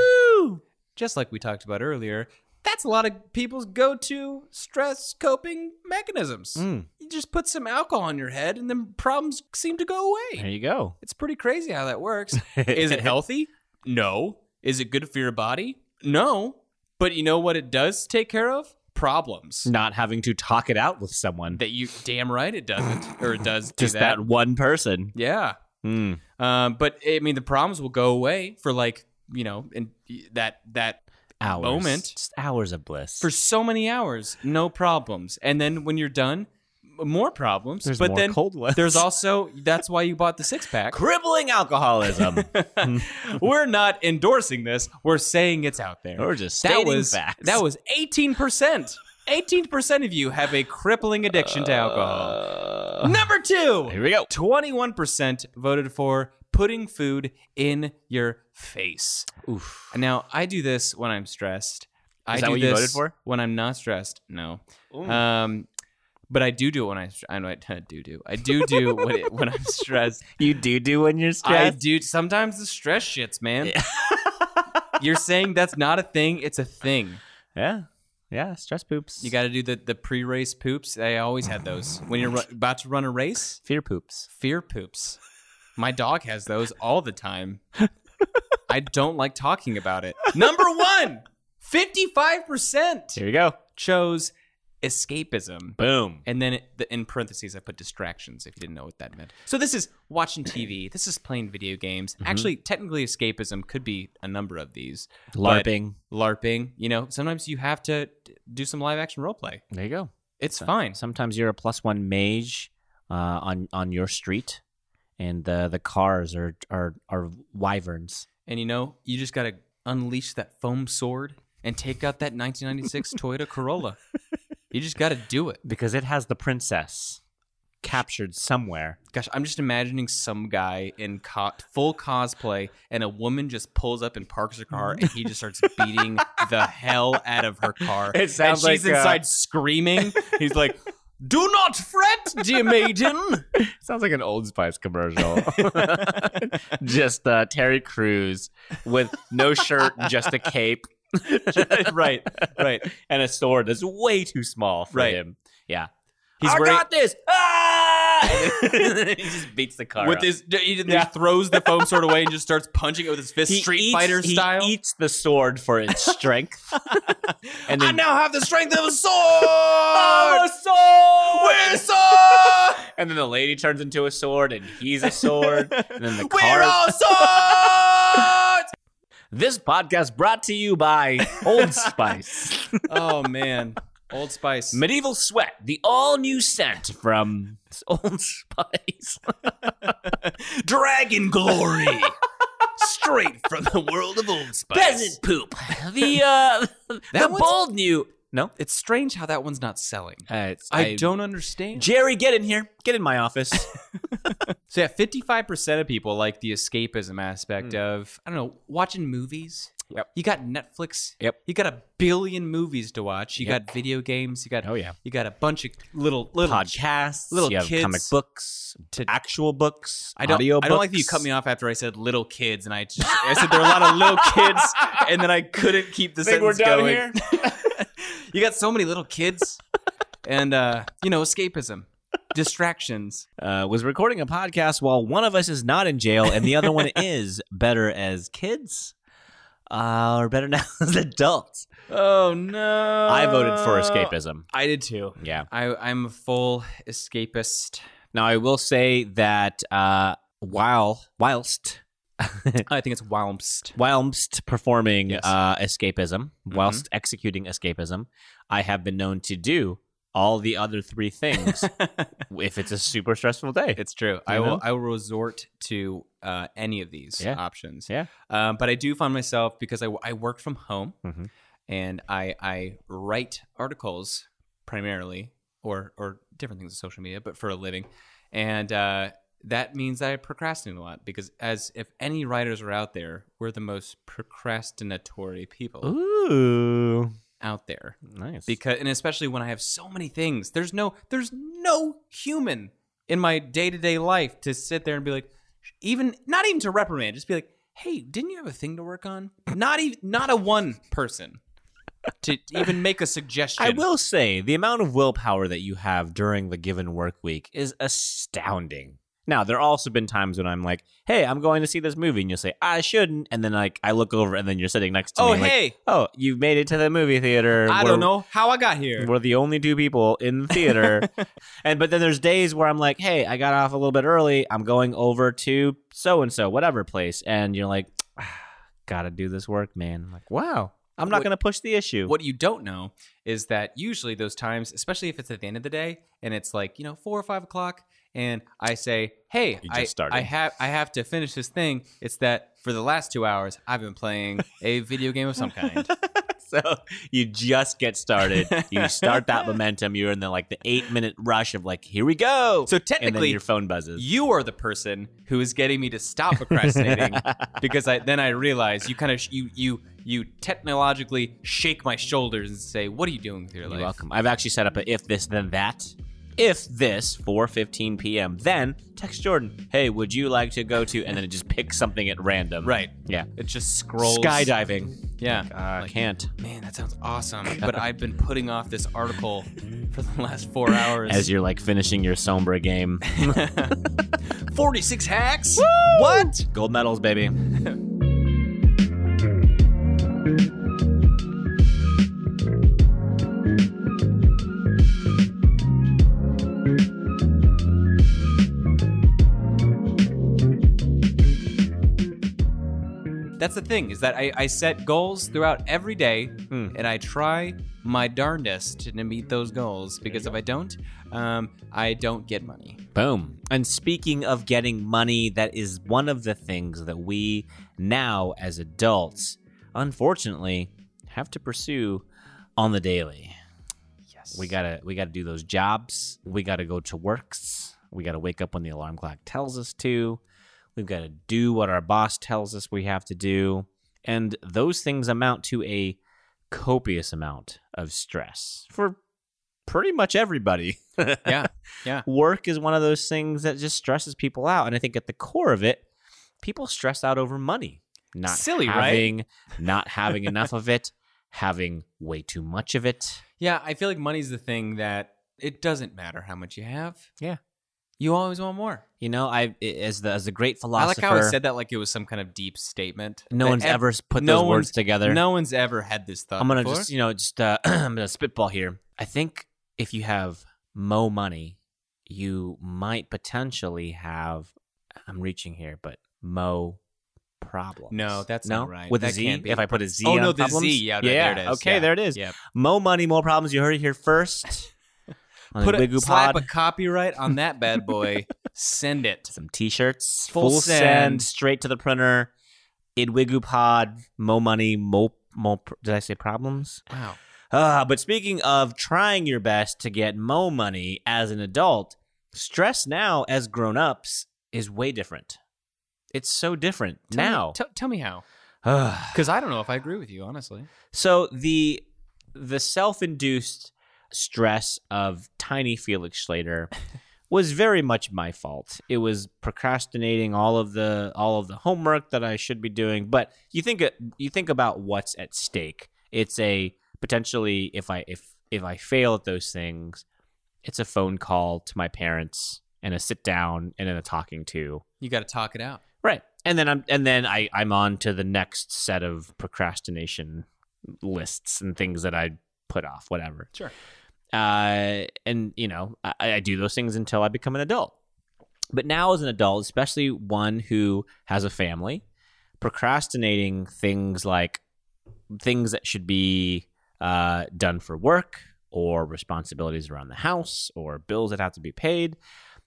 S2: Just like we talked about earlier, that's a lot of people's go-to stress coping mechanisms.
S1: Mm. Hmm,
S2: You just put some alcohol on your head, and then problems seem to go away.
S1: There you go.
S2: It's pretty crazy how that works. Is
S1: [laughs]
S2: it healthy? No. Is it good for your body? No. But you know what it does take care of? Problems.
S1: Not having to talk it out with someone,
S2: That you damn right it doesn't, or it does do
S1: just that. one person.
S2: Yeah.
S1: Mm.
S2: Um, but I mean, the problems will go away for like you know, and that that
S1: Hours,
S2: Moment.
S1: just hours of bliss.
S2: for so many hours, no problems, and then when you're done, m- more problems.
S1: There's
S2: but
S1: more
S2: then
S1: cold [laughs] ones.
S2: there's also that's why you bought the six pack.
S1: crippling alcoholism.
S2: [laughs] We're not endorsing this. We're saying it's out there.
S1: We're just
S2: that
S1: stating
S2: was
S1: facts.
S2: that was 18%. 18% of you have a crippling addiction to alcohol. Number 2.
S1: Uh, Here we go.
S2: 21% voted for putting food in your face.
S1: Oof.
S2: Now, I do this when I'm stressed. I
S1: Is that
S2: do
S1: what you
S2: this
S1: voted for?
S2: When I'm not stressed, no. Um, But I do do it when I, I know I do do. I do
S1: [laughs]
S2: do it when, it, when I'm stressed.
S1: You do do when you're
S2: I
S1: stressed.
S2: do. Sometimes the stress shits, man.
S1: [laughs]
S2: You're saying that's not a thing. It's a thing.
S1: yeah, yeah. Stress poops.
S2: You got to do the, the pre race poops. I always had those. When you're ru- about to run a race,
S1: fear poops.
S2: fear poops. My dog has those all the time. I don't like talking about it. Number one, 55%
S1: Here we go.
S2: chose escapism.
S1: Boom.
S2: And then it, the, in parentheses, I put distractions if you didn't know what that meant. So this is watching TV. This is playing video games. Actually, technically, escapism could be a number of these. but
S1: LARPing.
S2: LARPing. You know, sometimes you have to d- do some live action role play.
S1: There you go.
S2: It's fine.
S1: Sometimes you're a plus one mage uh, on on your street, and the the cars are are are wyverns.
S2: And you know, you just got to unleash that foam sword and take out that
S1: [laughs]
S2: 1996 Toyota Corolla. You just got to do it.
S1: because it has the princess captured somewhere.
S2: Gosh, I'm just imagining some guy in co- full cosplay and a woman just pulls up and parks her car and he just starts beating the hell out of her car.
S1: [laughs] It sounds
S2: and she's
S1: like, uh,
S2: inside screaming. He's like, "Do not fret,
S1: [laughs]
S2: dear maiden."
S1: Sounds like an Old Spice [laughs] commercial. just uh, Terry Crews with no shirt, just a cape, [laughs]
S2: right, right.
S1: and a sword that's way too small for
S2: Right.
S1: him. Yeah,
S2: He's
S1: I
S2: wearing-
S1: got this. Ah! [laughs] he just beats the car
S2: With
S1: up.
S2: his, he, he throws the foam sword away and just starts punching it with his fist,
S1: He
S2: Street
S1: eats-
S2: Fighter
S1: he
S2: style.
S1: eats the sword for its
S2: [laughs]
S1: strength, and then
S2: now have the strength of
S1: [laughs]
S2: a
S1: I'm
S2: sword.
S1: a sword.
S2: We're sword.
S1: [laughs] And then the lady turns into a sword, and he's a sword. and
S2: [laughs]
S1: then the car. [laughs]
S2: swords.
S1: This podcast brought to you by Old [laughs] Spice.
S2: oh man, Old Spice.
S1: Medieval Sweat, the all new scent from Old [laughs] Spice. [laughs]
S2: Dragon glory. Straight from the world of Old Spice.
S1: Peasant poop. [laughs] The uh the
S2: one's-
S1: bold new No.
S2: It's strange how that one's not selling.
S1: Uh,
S2: I, don't understand.
S1: Jerry, get in here. Get in my office.
S2: So yeah, fifty-five percent of people like the escapism aspect of I don't know watching movies.
S1: Yep.
S2: You got Netflix.
S1: Yep.
S2: You got a billion movies to watch. You
S1: Yep.
S2: got video games. You
S1: [laughs]
S2: got
S1: Oh, yeah.
S2: You got a bunch of little little
S1: Podcasts,
S2: little
S1: you have
S2: kids
S1: comic books,
S2: to-
S1: actual books,
S2: I don't. I don't like that you cut me off after I said little kids, and I just I said there are a lot of little kids,
S1: [laughs]
S2: and then I couldn't keep the
S1: Think we're
S2: sentence
S1: done
S2: going.
S1: here?
S2: [laughs] you got so many little kids, and uh, you know escapism, distractions.
S1: uh, was recording a podcast while one of us is not in jail and the other [laughs] one is better as kids uh, or better [laughs] now as adults.
S2: Oh no!
S1: I voted for escapism.
S2: I did too.
S1: Yeah.
S2: I I'm a full
S1: [laughs]
S2: escapist.
S1: Now I will say that uh, while whilst
S2: I think it's [laughs] Walmst.
S1: whilst performing
S2: Yes. Mm-hmm.
S1: uh, escapism, whilst executing escapism, I have been known to do all the other three
S2: [laughs]
S1: things if it's a super stressful day.
S2: It's true. I
S1: You
S2: will.
S1: know?
S2: I will resort to uh, any of these
S1: Yeah.
S2: options.
S1: Yeah.
S2: Um, but I do find myself because I, I work from home
S1: Mhm.
S2: and I I write articles primarily or or different things on social media, but for a living, and uh, that means that I procrastinate a lot because as if any writers are out there, we're the most procrastinatory people
S1: Ooh,
S2: out there
S1: nice.
S2: because and especially when I have so many things. There's no there's no human in my day to day life to sit there and be like, even not even to reprimand, just be like, hey, didn't you have a thing to work on? Not even not a one person to even make a suggestion.
S1: I will say the amount of willpower that you have during the given work week is astounding. Now, there also been times when I'm like, "Hey, I'm going to see this movie," and you'll say, "I shouldn't," and then like I look over, and then you're sitting next to
S2: Oh
S1: me. like,
S2: hey,
S1: oh, you made it to the movie theater.
S2: I
S1: We're-
S2: don't know how I got here.
S1: We're the only two people in the [laughs] theater, and but then there's days where I'm like, "Hey, I got off a little bit early. I'm going over to so and so, whatever place," and you're like, [sighs] "Gotta do this work, man." I'm like, "Wow, I'm not
S2: What-
S1: gonna push the issue." [laughs]
S2: What you don't know is that usually those times, especially if it's at the end of the day and it's like, you know, four or five o'clock, and I say, Hey,
S1: You just
S2: I,
S1: started.
S2: I have I have to finish this thing. It's that for the last two hours I've been playing a video game of some [laughs] kind.
S1: So you just get started. You start [laughs] that momentum. You're in the like the eight minute rush of like, here we go.
S2: So
S1: and then
S2: technically
S1: your phone buzzes.
S2: you are the person who is getting me to [laughs] stop procrastinating because I then I realize you kind of sh- you you you technologically shake my shoulders and say, What are you doing with your
S1: You're
S2: life?
S1: welcome. I've actually set up a if this then that if this 4:15 p.m. Then text Jordan, "Hey, would you like to go to?" And then it just picks something at random.
S2: Right.
S1: Yeah.
S2: It just scrolls.
S1: Skydiving.
S2: Yeah.
S1: I
S2: Like,
S1: Uh, can't.
S2: Man, that sounds awesome. but I've been putting off this article for the last four hours.
S1: As you're like finishing your Sombra game.
S2: 46 hacks?
S1: [laughs] what? Gold medals, baby.
S2: That's the thing, is that I, I set goals throughout every day and I try my darndest to meet those goals because if I don't, um, I don't get money.
S1: Boom. And speaking of getting money, that is one of the things that we now, as adults, unfortunately, have to pursue on the daily.
S2: Yes.
S1: We gotta we gotta do those jobs. We gotta go to works. We gotta wake up when the alarm clock tells us to. We've gotta do what our boss tells us we have to do. And those things amount to a copious amount of stress for pretty much everybody. [laughs]
S2: Yeah. Yeah.
S1: work is one of those things that just stresses people out. And I think at the core of it, people stress out over money. Not
S2: Silly, right?
S1: having, not having enough of it, having way too much of it.
S2: Yeah, I feel like money's the thing that it doesn't matter how much you have.
S1: Yeah.
S2: You always want more.
S1: You know, I i- as the as the great
S2: I
S1: philosopher,
S2: like how I said that like it was some kind of deep statement.
S1: no
S2: That
S1: one's
S2: ev-
S1: ever s- put
S2: no
S1: those words
S2: one's-
S1: together.
S2: No one's ever had this thought.
S1: I'm gonna
S2: before.
S1: just you know just uh, [clears throat] I'm gonna spitball here. I think if you have mo money, you might potentially have. I'm reaching here, but mo problems.
S2: No, that's
S1: no
S2: not right.
S1: With a
S2: That
S1: Z,
S2: can't be.
S1: if I put a Z,
S2: Oh
S1: on
S2: no, the
S1: problems,
S2: Z. Yeah, right,
S1: yeah.
S2: there it is.
S1: Okay,
S2: yeah.
S1: there it is.
S2: Yep.
S1: Mo money, more problems. You heard it here
S2: [laughs]
S1: first. on the
S2: Put a
S1: Wigu
S2: slap
S1: Pod.
S2: a copyright on
S1: [laughs]
S2: that bad boy. Send it.
S1: some t-shirts
S2: Full send.
S1: straight to the printer idwigu pod mo money mo mo pr- did i say problems
S2: Wow.
S1: uh, but speaking of trying your best to get mo money as an adult stress now as grown-ups is way different it's so different
S2: Tell me-
S1: now Ah.
S2: t- tell me how.
S1: Ugh.
S2: Because I don't know if I agree with you, honestly.
S1: So the the self-induced stress of tiny Felix Slater was very much my fault. It was procrastinating all of the all of the homework that I should be doing, but you think you think about what's at stake. It's a potentially if I if if I fail at those things, it's a phone call to my parents and a sit down and then a talking to.
S2: You got to talk it out.
S1: Right. And then I'm and then I I'm on to the next set of procrastination lists and things that I put off, whatever.
S2: Sure.
S1: Uh, and you know, I, I do those things until I become an adult. But now, as an adult, especially one who has a family, procrastinating things like things that should be uh, done for work or responsibilities around the house or bills that have to be paid,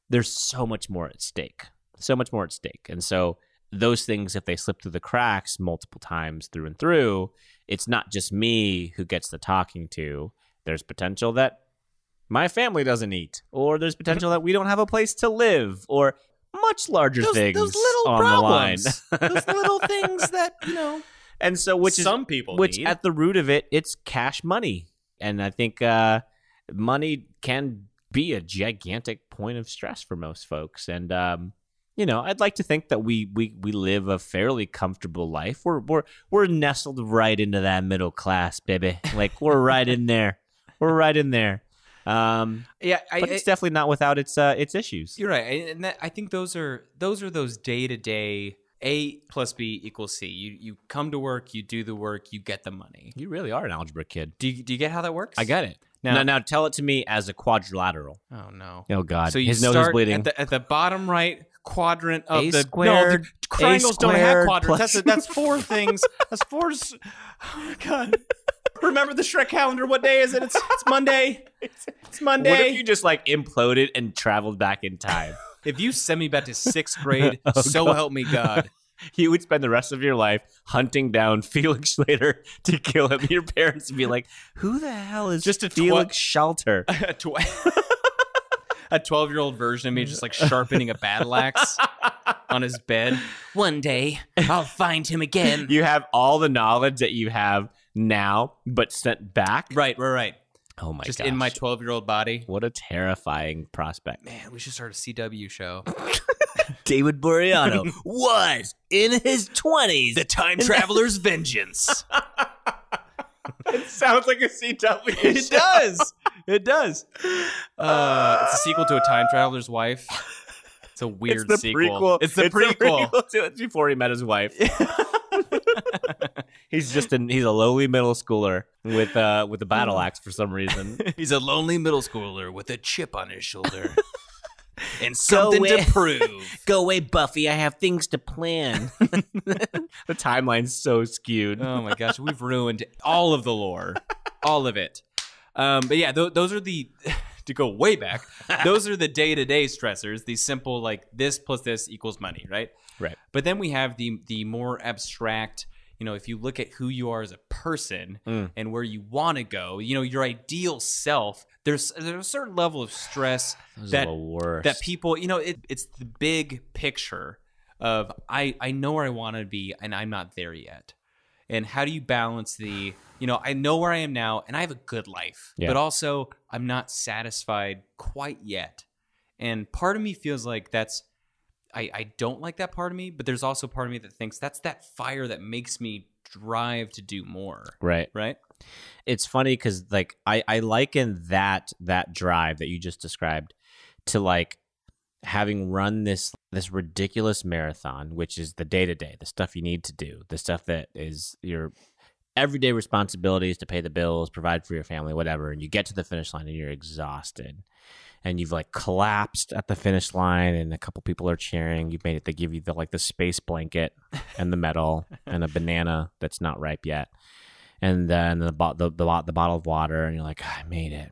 S1: there's so much more at stake. So much more at stake. And so, those things, if they slip through the cracks multiple times through and through, it's not just me who gets the talking to. There's potential that my family doesn't eat, or there's potential that we don't have a place to live, or much larger
S2: Those,
S1: things
S2: those little
S1: on
S2: problems.
S1: the line. [laughs]
S2: those little things that you know.
S1: And so, which is
S2: some people
S1: which
S2: need.
S1: at the root of it it's cash money and i think uh, money can be a gigantic point of stress for most folks and um, you know i'd like to think that we we we live a fairly comfortable life we're we're we're nestled right into that middle class baby like we're right in there we're right in there um,
S2: yeah, I,
S1: but
S2: I-
S1: it's definitely not without its uh, its issues
S2: You're right, and and that, I think those are those are those day to day. A plus B equals C. You you come to work, you do the work, you get the money.
S1: you really are an algebra kid
S2: Do you, do you get how that works?
S1: i got it
S2: Now-
S1: now, now tell it to me as a quadrilateral
S2: Oh no.
S1: oh god
S2: So you
S1: his
S2: start
S1: nose is bleeding
S2: At, the, at the bottom right quadrant of
S1: A
S2: the No,
S1: squared-
S2: the triangles don't have
S1: squared
S2: quadrants.
S1: plus-
S2: That's, that's four things. That's four. s- Oh my god. Remember the Shrek calendar. What day is it? It's, it's Monday. It's Monday.
S1: What if you just like imploded and traveled back in
S2: [laughs]
S1: time?
S2: If you send me back to sixth [laughs] grade, so help me Oh, God.
S1: you would spend the rest of your life hunting down [laughs] Felix Slater to kill him. Your parents would be like, "Who the hell is
S2: Just a twi-
S1: Felix Shelter?"
S2: [laughs] A tw- [laughs] a twelve-year-old version of me just like sharpening a battle [laughs] axe on his bed. One day I'll find him again.
S1: you have all the knowledge that you have now, but sent back.
S2: right, right, right.
S1: Oh my
S2: just
S1: gosh.
S2: in my 12 year old body.
S1: what a terrifying prospect.
S2: Man, we should start a CW show.
S1: David [laughs] Boreano was in his 20s.
S2: [laughs] Time Traveler's Vengeance.
S1: sounds like a CW.
S2: it does. It does. Uh, it's a sequel to A Time Traveler's Wife. It's a weird
S1: it's the
S2: sequel.
S1: prequel.
S2: It's the
S1: a
S2: prequel.
S1: to [laughs] it before he met his wife. he's just an, he's a lowly middle schooler with uh with a battle axe for some [laughs] reason.
S2: [laughs] He's a lonely middle schooler with a chip on
S1: [laughs]
S2: his shoulder and
S1: something to
S2: prove.
S1: Go away, Buffy. I have things to plan. [laughs] the timeline's so skewed.
S2: oh my gosh, we've ruined all of the lore, all of it. Um, but yeah, th- those are the [laughs] to go way back. Those are the day to day stressors. The simple like this plus this equals money, right?
S1: Right.
S2: But then we have the the more abstract. You know, if you look at who you are as a person
S1: Mm.
S2: and where you want to go, you know, your ideal self. There's there's a certain level of stress
S1: Those
S2: that
S1: are the worst.
S2: that people you know it, it's the big picture of i i know where i want to be and i'm not there yet and how do you balance the you know i know where i am now and i have a good life
S1: Yeah.
S2: but also i'm not satisfied quite yet and part of me feels like that's I, I don't like that part of me but there's also part of me that thinks that's that fire that makes me drive to do more
S1: right.
S2: right
S1: it's funny because like I, I liken that that drive that you just described to like having run this this ridiculous marathon which is the day to day the stuff you need to do the stuff that is your everyday responsibilities to pay the bills provide for your family whatever and you get to the finish line and you're exhausted and you've like collapsed at the finish line and a couple people are cheering you've made it they give you the like the space blanket and the medal and a banana that's not ripe yet and then the bo- the, the, bo- the bottle of water and you're like "Ah, i made it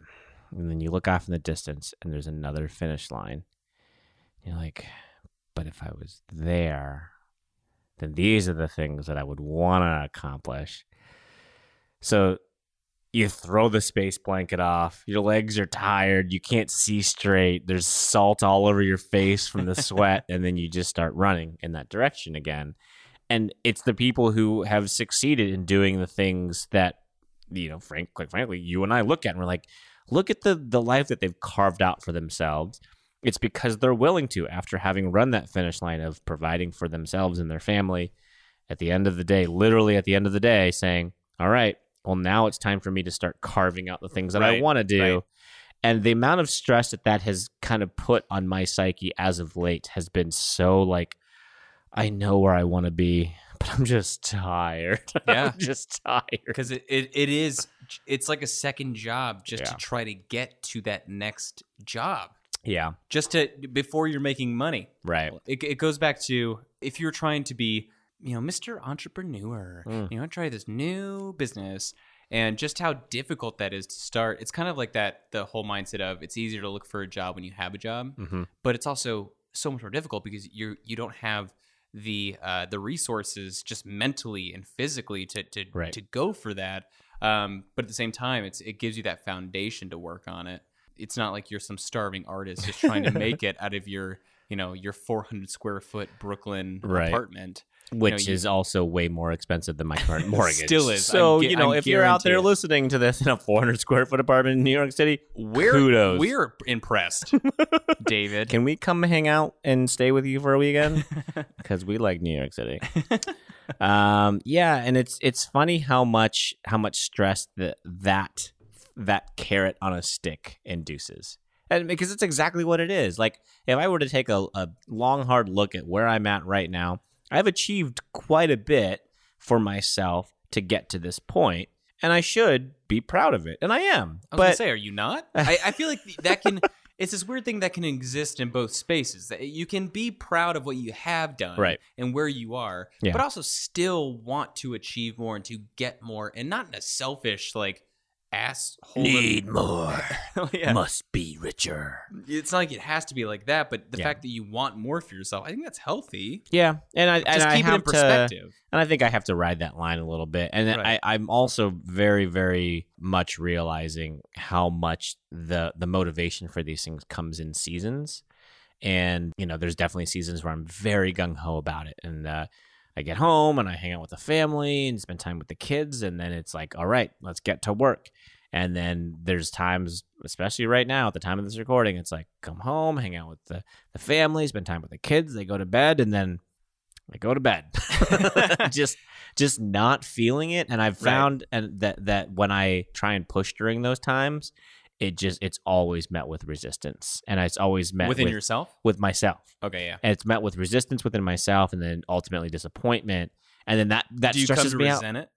S1: and then you look off in the distance and there's another finish line you're like but if i was there then these are the things that i would want to accomplish so you throw the space blanket off your legs are tired you can't see straight there's salt all over your face from the sweat and then you just start running in that direction again and it's the people who have succeeded in doing the things that you know frank quite frankly you and i look at and we're like look at the the life that they've carved out for themselves it's because they're willing to after having run that finish line of providing for themselves and their family at the end of the day literally at the end of the day saying all right well now it's time for me to start carving out the things that i
S2: Right,
S1: want to do
S2: right.
S1: and the amount of stress that that has kind of put on my psyche as of late has been so like i know where i want to be [laughs] but i'm just tired
S2: Yeah.
S1: [laughs] i'm just tired
S2: because it, it, it is it's like a second job just
S1: Yeah.
S2: to try to get to that next job
S1: yeah
S2: just to before you're making money
S1: right
S2: it, it goes back to if you're trying to be you know mr entrepreneur
S1: Mm.
S2: you know try this new business and just how difficult that is to start it's kind of like that the whole mindset of it's easier to look for a job when you have a job
S1: mm-hmm.
S2: but it's also so much more difficult because you you don't have the uh, the resources just mentally and physically to to
S1: Right.
S2: to go for that. Um, but at the same time, it's it gives you that foundation to work on it. It's not like you're some starving artist just trying to
S1: [laughs]
S2: make it out of your you know your 400 square foot Brooklyn
S1: Right.
S2: apartment.
S1: which
S2: you-
S1: is also way more expensive than my [laughs] current mortgage.
S2: Still is.
S1: So
S2: I'm gu-
S1: you know,
S2: I'm
S1: if you're out there
S2: guarantee it.
S1: listening to this in a 400 square foot apartment in New York City,
S2: We're
S1: kudos.
S2: we're
S1: [laughs]
S2: impressed, David.
S1: Can we come hang out and stay with you for a
S2: [laughs]
S1: weekend? Because we like New York City. um, yeah, and it's it's funny how much how much stress that that that carrot on a stick induces, and because it's exactly what it is. Like if I were to take a, a long hard look at where I'm at right now, I've achieved quite a bit for myself to get to this point, and I should be proud of it, and I am.
S2: I
S1: but
S2: was gonna say, are you not? [laughs] I, I feel like th- that can. It's this weird thing that can exist in both spaces. That you can be proud of what you have done,
S1: Right.
S2: and where you are,
S1: Yeah.
S2: but also still want to achieve more and to get more, and not in a selfish like asshole. [laughs]
S1: more
S2: yeah.
S1: must be richer.
S2: It's not like it has to be like that, but the
S1: Yeah.
S2: fact that you want more for yourself, I think that's healthy.
S1: Yeah, and I and
S2: Just
S1: I
S2: keep it in
S1: have to,
S2: perspective.
S1: and I think I have to ride that line a little bit, and
S2: Right.
S1: I, I'm also very, very much realizing how much the the motivation for these things comes in seasons, and you know, there's definitely seasons where I'm very gung ho about it, and uh, I get home and I hang out with the family and spend time with the kids, and then it's like, all right, let's get to work, And then there's times, especially right now at the time of this recording, it's like come home, hang out with the, the family, spend time with the kids, they go to bed, and then I go to
S2: [laughs]
S1: bed. [laughs] just just not feeling it. And I've
S2: Right.
S1: found and that that when I try and push during those times, it just it's always met with resistance. And it's always met
S2: within
S1: with,
S2: yourself.
S1: with myself
S2: Okay, yeah.
S1: and it's met with resistance within myself and then ultimately disappointment and then that that
S2: Do you come
S1: stresses
S2: to
S1: me out
S2: resent it?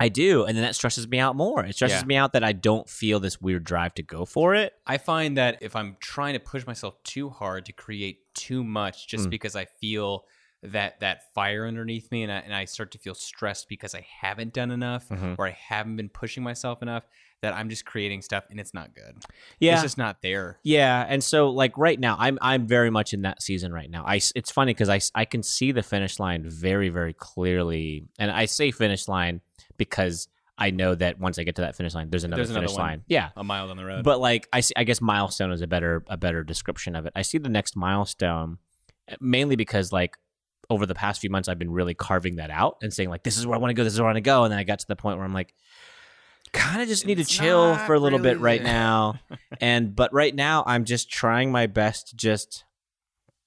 S1: i do and then that stresses me out more it stresses
S2: Yeah.
S1: me out that i don't feel this weird drive to go for it
S2: I find that if I'm trying to push myself too hard to create too much, just
S1: Mm.
S2: because I feel that that fire underneath me, and I, and I start to feel stressed because I haven't done enough
S1: Mhm.
S2: or I haven't been pushing myself enough, that I'm just creating stuff and it's not good.
S1: yeah
S2: it's just not there.
S1: yeah and so like right now i'm i'm very much in that season right now i s- it's funny because I, s- I can see the finish line very very clearly and i say finish line because i know that once i get to that finish line there's another
S2: There's another
S1: finish
S2: one.
S1: line yeah
S2: A mile down the road,
S1: but like I, see, I guess milestone is a better a better description of it. I see the next milestone eh, mainly because like over the past few months I've been really carving that out and saying like this is where I want to go, this is where I want to go, and then I got to the point where I'm like, kind of just need
S2: It's
S1: to chill
S2: not
S1: for a little bit
S2: really
S1: right
S2: there. [laughs]
S1: now, and but right now I'm just trying my best to just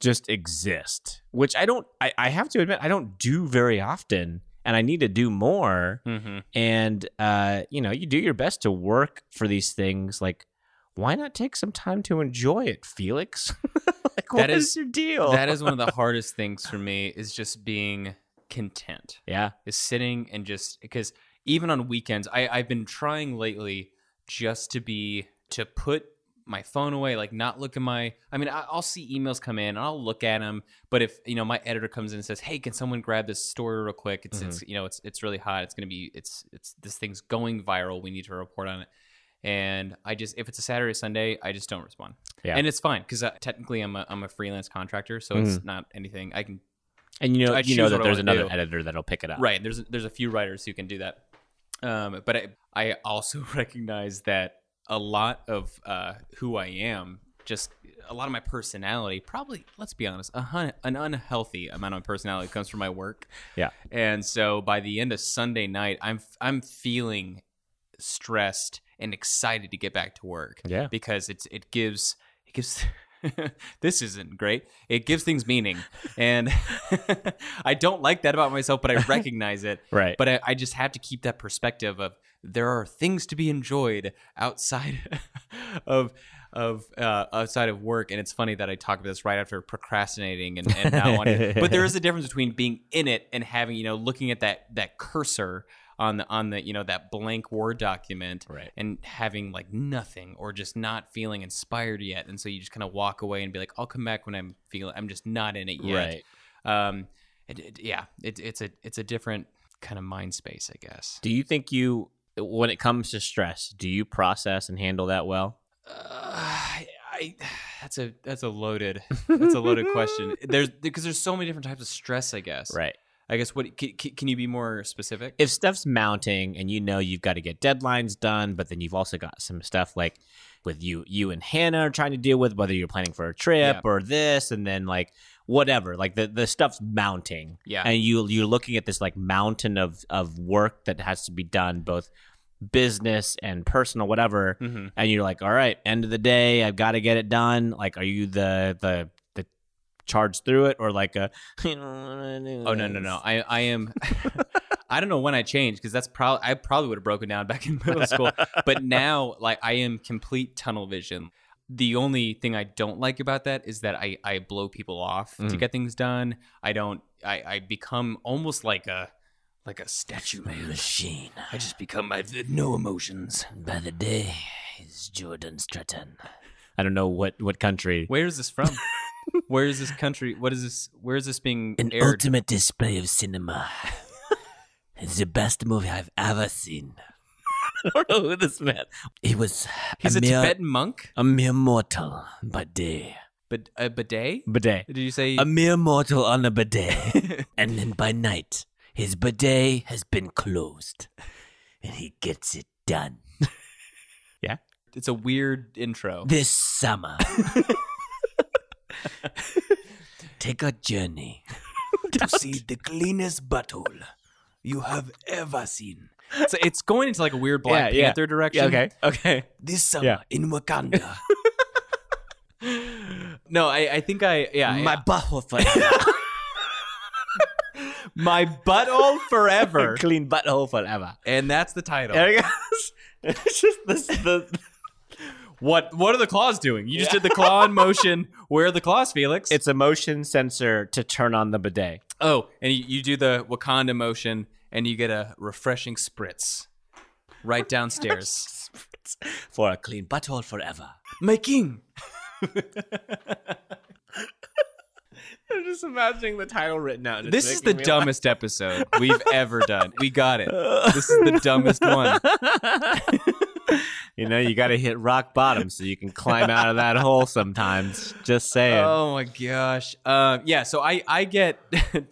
S1: just exist, which I don't. I, I have to admit I don't do very often, and I need to do more [laughs]
S2: mm-hmm.
S1: and uh, you know you do your best to work for these things like why not take some time to enjoy it felix [laughs] like what is
S2: is-
S1: your deal
S2: that is one of the hardest things for me is just being content.
S1: yeah
S2: is sitting and just because even on weekends I, i've been trying lately just to be to put my phone away like not look at my i mean I, i'll see emails come in and i'll look at them but if you know my editor comes in and says hey can someone grab this story real quick it's, it's you know it's it's really hot it's gonna be it's it's this thing's going viral we need to report on it and i just if it's a saturday sunday i just don't respond
S1: Yeah.
S2: and it's fine because technically i'm a, I'm a freelance contractor so it's not anything i can
S1: and you know
S2: I
S1: you
S2: choose
S1: know that
S2: what I
S1: there's
S2: wanna
S1: another
S2: do.
S1: editor that'll pick it up
S2: Right. There's there's a few writers who can do that. Um, but I, I also [laughs] recognize that a lot of uh, who I am, just a lot of my personality, probably let's be honest, a hun- an unhealthy amount of my personality comes from my work.
S1: Yeah.
S2: And so by the end of Sunday night, I'm I'm feeling stressed and excited to get back to work
S1: yeah
S2: because it's it gives it gives [laughs] this isn't great. It gives things meaning, and [laughs] I don't like that about myself, but I recognize it.
S1: right
S2: But I, I just have to keep that perspective of there are things to be enjoyed outside [laughs] of of uh, outside of work, and it's funny that I talk about this right after procrastinating and, and not wanting. But there is a difference between being in it and having you know looking at that that cursor on the on the you know that blank word document
S1: Right.
S2: and having like nothing or just not feeling inspired yet, and so you just kind of walk away and be like, I'll come back when I'm feeling I'm just not in it yet
S1: right
S2: um it, it- yeah it, it's a it's a different kind of mind space i guess
S1: do you think you when it comes to stress do you process and handle that well
S2: uh, I, I that's a that's a loaded that's a loaded
S1: [laughs]
S2: question there's because there's so many different types of stress i guess
S1: right
S2: i guess what can, can you be more specific
S1: if stuff's mounting and you know you've got to get deadlines done, but then you've also got some stuff like with you you and Hannah are trying to deal with whether you're planning for a trip
S2: Yeah.
S1: or this and then like whatever. Like the, the stuff's mounting.
S2: Yeah.
S1: And you you're looking at this like mountain of of work that has to be done both business and personal whatever
S2: Mhm.
S1: and you're like all right end of the day i've got to get it done like are you the the the charge through it or like a [laughs] oh
S2: oh no no no i i am [laughs] i don't know when i changed because that's probably i probably would have broken down back in middle
S1: [laughs]
S2: school but now like i am complete tunnel vision the only thing i don't like about that is that i i blow people off to
S1: Mhm.
S2: get things done i don't i i become almost like a like a statue man
S1: machine
S2: i just become i have no emotions
S1: By the day is Jordan Stratton. I don't know what, what country.
S2: where is
S1: [laughs]
S2: this from where is this country what is this where is this being
S1: An
S2: aired
S1: ultimate display of [laughs] cinema. it's the best movie I've ever seen. [laughs] I don't know who this man. He was
S2: he's a,
S1: mere,
S2: tibetan monk
S1: a mere mortal by day.
S2: but a bidet
S1: Bidet.
S2: did you say
S1: A mere mortal on a bidet.
S2: [laughs]
S1: and then by night, his bidet has been closed. And he gets it done.
S2: it's a weird intro
S1: This summer. Take a [laughs] journey to see the cleanest butthole you have ever seen
S2: So it's going into like a weird Black
S1: Yeah, yeah.
S2: Panther direction.
S1: okay. Okay.
S2: This summer
S1: Yeah.
S2: in Wakanda. no, I, I think I yeah I-
S1: butthole
S2: my butthole forever,
S1: [laughs] Clean butthole forever.
S2: and that's the title.
S1: There it goes. [laughs] It's just this, the.
S2: What what are the claws doing? You just
S1: Yeah.
S2: did the claw in motion. Where are the claws, Felix?
S1: It's a motion sensor to turn on the bidet.
S2: oh, and you, you do the Wakanda motion, and you get a refreshing spritz right downstairs.
S1: [laughs] For a clean butthole forever.
S2: My king.
S1: I'm just imagining the title written out.
S2: This is the dumbest episode we've ever done. We
S1: [laughs]
S2: got it. This is the dumbest one.
S1: You know, you got to hit rock bottom so you can climb out of that hole sometimes. Just saying.
S2: Oh my gosh. Um, yeah. So I I get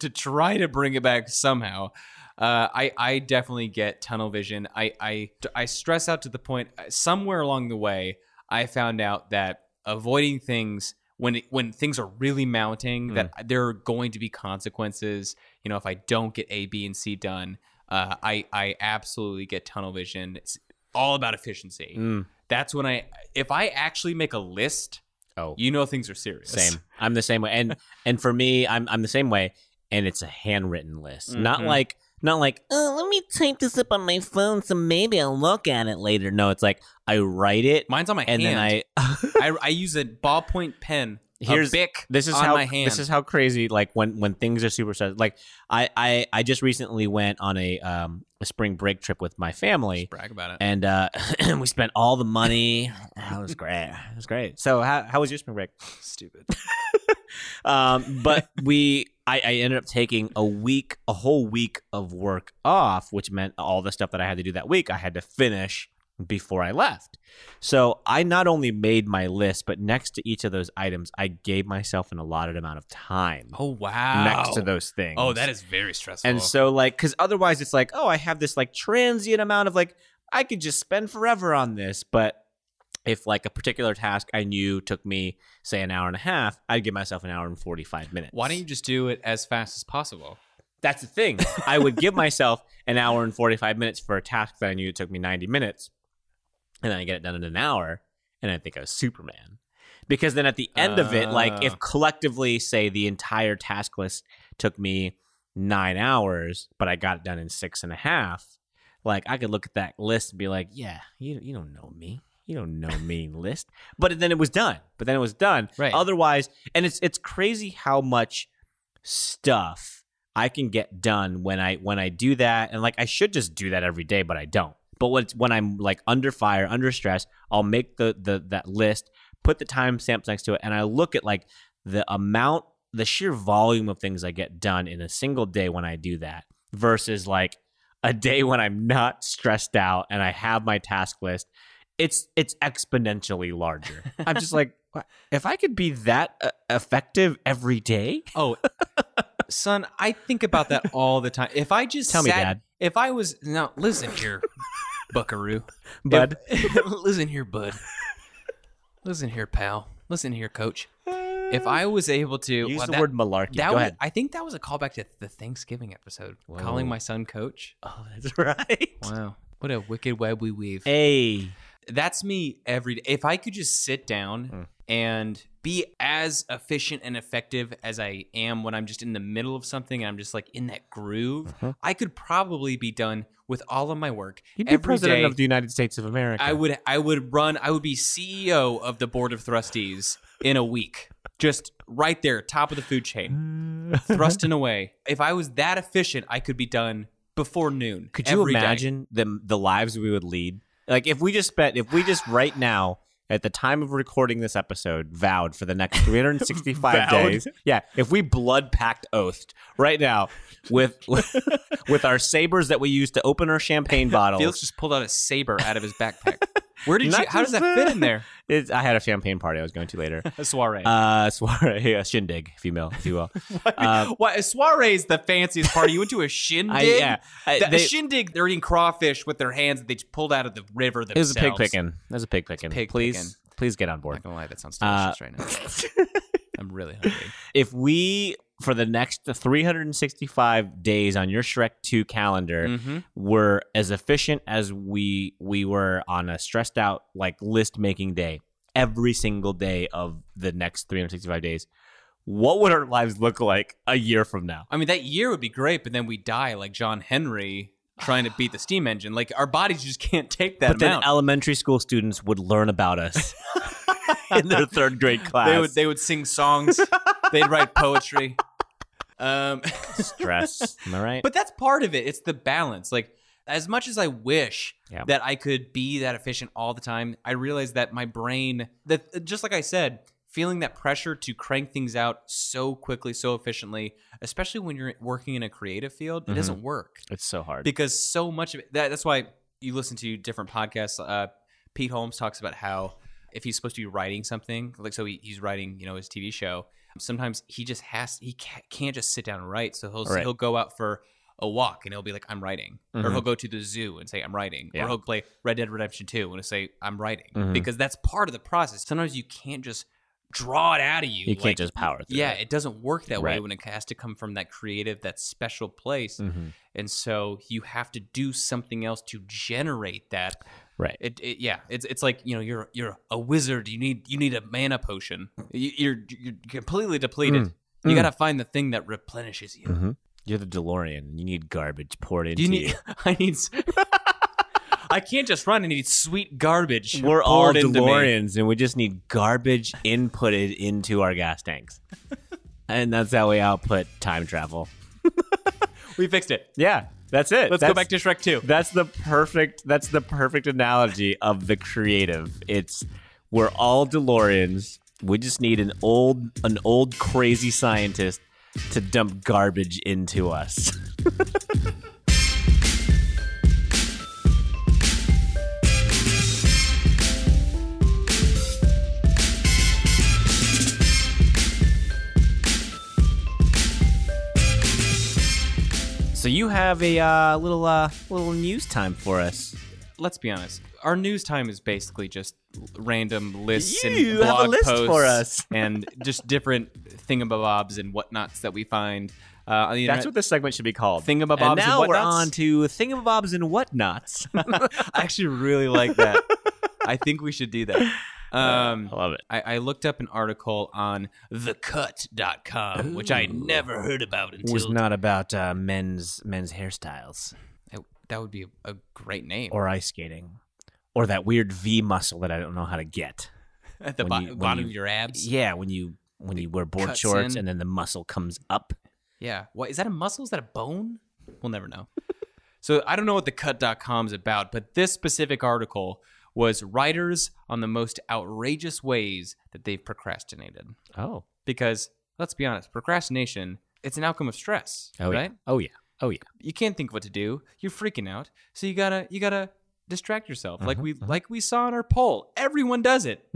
S2: [laughs] to try to bring it back somehow. Uh, I I definitely get tunnel vision. I I I stress out to the point uh, somewhere along the way I found out that avoiding things when it, when things are really
S1: Hmm.
S2: mounting that there are going to be consequences. You know, if I don't get A, B, and C done, uh, I I absolutely get tunnel vision. It's all about efficiency.
S1: Hmm. Mm,
S2: That's when I if I actually make a list
S1: Oh.
S2: you know things are serious.
S1: Same. I'm the same way. And and for me, I'm I'm the same way. And it's a handwritten list, not
S2: Mhm.
S1: like not like oh, let me type this up on my phone so maybe I'll look at it later. No, it's like I write it
S2: Mine's on my
S1: and
S2: hand.
S1: then I.
S2: I, I use a ballpoint pen.
S1: Here's-
S2: a Bic
S1: This is
S2: on
S1: how
S2: my hand.
S1: this is how crazy like when when things are super stressed. Like I I I just recently went on a um a spring break trip with my family.
S2: brag about it.
S1: And uh, [clears throat] we spent all the money. That was great. It was great. So, how, how was your spring break?
S2: Stupid.
S1: [laughs] um, but we I, I ended up taking a week a whole week of work off which meant all the stuff that i had to do that week i had to finish before i left so i not only made my list but next to each of those items i gave myself an allotted amount of time
S2: Oh wow.
S1: next to those things
S2: Oh, that is very stressful.
S1: and so like because otherwise it's like oh i have this like transient amount of like i could just spend forever on this but if like a particular task i knew took me say an hour and a half i'd give myself an hour and 45 minutes
S2: why don't you just do it as fast as possible?
S1: that's the thing i would give myself an hour and 45 minutes for a task that i knew it took me 90 minutes and then i get it done in an hour and i think i was superman because then at the end of it like
S2: Ah.
S1: if collectively say the entire task list took me nine hours, but I got it done in six and a half. Like I could look at that list and be like, yeah, you you don't know me. You don't know me list. But then it was done. But then it was done.
S2: Right.
S1: Otherwise, and it's it's crazy how much stuff I can get done when I when I do that. And like I should just do that every day, but I don't. But when it's, when I'm like under fire, under stress, I'll make the the that list, put the timestamps next to it, and I look at like the amount, the sheer volume of things I get done in a single day when I do that versus like a day when I'm not stressed out and I have my task list. It's it's exponentially [laughs] larger. I'm just like, "What? if I could be that uh, effective every day,
S2: Oh, son, I think about [laughs] that all the time. If I just
S1: Tell me,
S2: sat-
S1: Dad.
S2: if I was now listen [laughs] here, Buckaroo,
S1: bud.
S2: If- [laughs] listen here, bud. Listen here, pal. Listen here, coach. If I was able to
S1: Use
S2: well,
S1: the
S2: that-
S1: word malarkey.
S2: That
S1: Go
S2: was,
S1: ahead.
S2: I think that was a callback to the Thanksgiving episode.
S1: Whoa.
S2: Calling my son coach.
S1: [laughs] Oh, that's right.
S2: Wow. What a wicked web we weave.
S1: Hey,
S2: That's me every day. If I could just sit down and be as efficient and effective as I am when I'm just in the middle of something and I'm just like in that groove, I could probably be done with all of my work.
S1: you'd be
S2: every
S1: president
S2: day.
S1: of the United States of America.
S2: I would I would run I would be CEO of the board of trustees in a week. Just right there, top of the food chain.
S1: [laughs]
S2: thrusting away. If I was that efficient, I could be done before noon.
S1: Could you
S2: every day.
S1: imagine the the lives we would lead? Like if we just spent, if we just right now at the time of recording this episode vowed for the
S2: [laughs]
S1: next 365
S2: Vowed.
S1: days. Yeah, if we blood packed oathed right now with [laughs] with our sabers that we use to open our
S2: [laughs]
S1: champagne
S2: Felix
S1: bottles.
S2: just pulled out a saber out of his [laughs] backpack. Where did
S1: Not
S2: you how does
S1: just
S2: that fit in there?
S1: It's, I had a champagne party I was going to later.
S2: [laughs] A soiree. [laughs]
S1: Uh, [laughs] soiree, a shindig, if you will, if you will. um,
S2: what a soiree is the fanciest party. You went to a shindig?
S1: I, yeah, I-
S2: The- a
S1: they-
S2: shindig, they're eating crawfish with their hands that they just pulled out of the river
S1: it
S2: themselves.
S1: was a pig picking. It was a pig picking.
S2: pig
S1: please,
S2: picking.
S1: please get on board.
S2: I'm not gonna lie, that sounds [laughs]
S1: Uh,
S2: delicious right now. I'm really hungry.
S1: if we for the next 365 days on your Shrek 2 calendar
S2: Mhm.
S1: were as efficient as we we were on a stressed out like list making day every single day of the next 365 days. What would our lives look like a year from now?
S2: I mean, that year would be great, but then we die like John Henry trying to beat the steam engine. Like our bodies just can't take that
S1: But then
S2: amount.
S1: elementary school students would learn about
S2: [laughs]
S1: us in their third grade class.
S2: they would they would sing songs. they'd write [laughs] poetry. Um,
S1: [laughs] stress. Am I right?
S2: but that's part of it. It's the balance. Like as much as I wish
S1: Yeah.
S2: that I could be that efficient all the time, I realize that my brain that just like I said, feeling that pressure to crank things out so quickly, so efficiently, especially when you're working in a creative field, it
S1: Mhm.
S2: doesn't work.
S1: it's so hard.
S2: because so much of it that, that's why you listen to different podcasts uh, pete holmes talks about how if he's supposed to be writing something like so he, he's writing you know his tv show sometimes he just has he ca- can't just sit down and write so he'll
S1: Right.
S2: he'll go out for a walk and he'll be like i'm writing or
S1: Mhm.
S2: he'll go to the zoo and say i'm writing
S1: Yeah.
S2: or he'll play red dead redemption 2 and he'll say i'm writing
S1: Mhm.
S2: because that's part of the process sometimes you can't just draw it out of you
S1: you can't
S2: like-
S1: just power through.
S2: yeah it doesn't work that way
S1: Right.
S2: when it has to come from that creative that special place
S1: Mm-hmm.
S2: and so you have to do something else to generate that
S1: Right.
S2: it, it yeah it's it's like you know you're you're a wizard you need you need a mana potion You- you're you're completely depleted
S1: Mm.
S2: you
S1: Mm.
S2: gotta find the thing that replenishes you
S1: Mhm. You're the DeLorean. You need garbage poured into
S2: you
S1: you.
S2: need [laughs] i need s- i can't just run i need sweet garbage
S1: We're all
S2: poured into me.
S1: DeLoreans, and we just need garbage inputted into our gas tanks, and that's how we output time travel.
S2: we fixed it
S1: Yeah, that's it.
S2: let's go back to shrek 2
S1: That's the perfect. That's the perfect analogy of the creative. It's we're all DeLoreans. We just need an old, an old crazy scientist to dump garbage into us. So you have a uh, little, uh, little news time for us.
S2: let's be honest our news time is basically just random lists and
S1: You have a
S2: blog
S1: list
S2: posts
S1: for us.
S2: [laughs] and just different thingamabobs and whatnots that we find uh, on the
S1: That's
S2: internet.
S1: what this segment should be called.
S2: Thingamabobs
S1: and
S2: and
S1: now we're
S2: whatnots?
S1: on to thingamabobs and whatnots. [laughs]
S2: I actually really like that. I think we should do
S1: [laughs]
S2: that.
S1: Uh,
S2: Um,
S1: love it.
S2: I, I looked up an article on thecut.com, which I never heard about
S1: It
S2: until
S1: was not about uh, men's men's hairstyles
S2: I- that would be a great name.
S1: or ice skating or that weird V muscle that I don't know how to get.
S2: At the
S1: when
S2: bo-
S1: you- when
S2: bottom
S1: you-
S2: of your abs.
S1: Yeah, when you when you wear board
S2: cuts
S1: shorts
S2: in.
S1: and then the muscle comes up.
S2: Yeah. What is that a muscle? Is that a bone? We'll never know. [laughs] so I don't know what the cut.com is about, but this specific article was writers on the most outrageous ways that they've procrastinated.
S1: Oh,
S2: Because let's be honest, procrastination, it's an outcome of stress.
S1: oh yeah,
S2: right?
S1: oh yeah, oh yeah.
S2: You can't think what to do. You're freaking out. So you gotta you gotta distract yourself. Like we
S1: Mm-hmm,
S2: like we saw in our poll. Everyone does
S1: [laughs]
S2: it.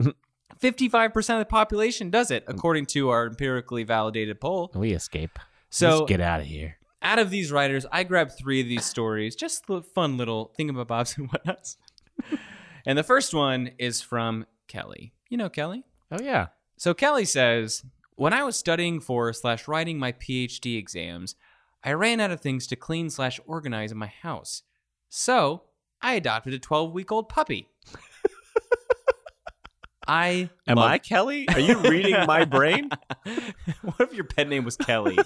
S2: Fifty-five percent of the population does
S1: Mm.
S2: it, according to our empirically validated poll.
S1: We escape.
S2: So
S1: Let's get out of here.
S2: out of these writers, I grabbed three of these stories, just li- fun little thingamabobs [laughs] and whatnots. and the first one is from Kelly. You know Kelly.
S1: Oh yeah.
S2: So Kelly says, when I was studying for slash writing my PhD exams, I ran out of things to clean slash organize in my house. So I adopted a 12 week
S1: [laughs]
S2: old puppy. I
S1: Am
S2: love-
S1: I Kelly? Are you reading
S2: [laughs]
S1: my brain?
S2: what if your pet name was Kelly?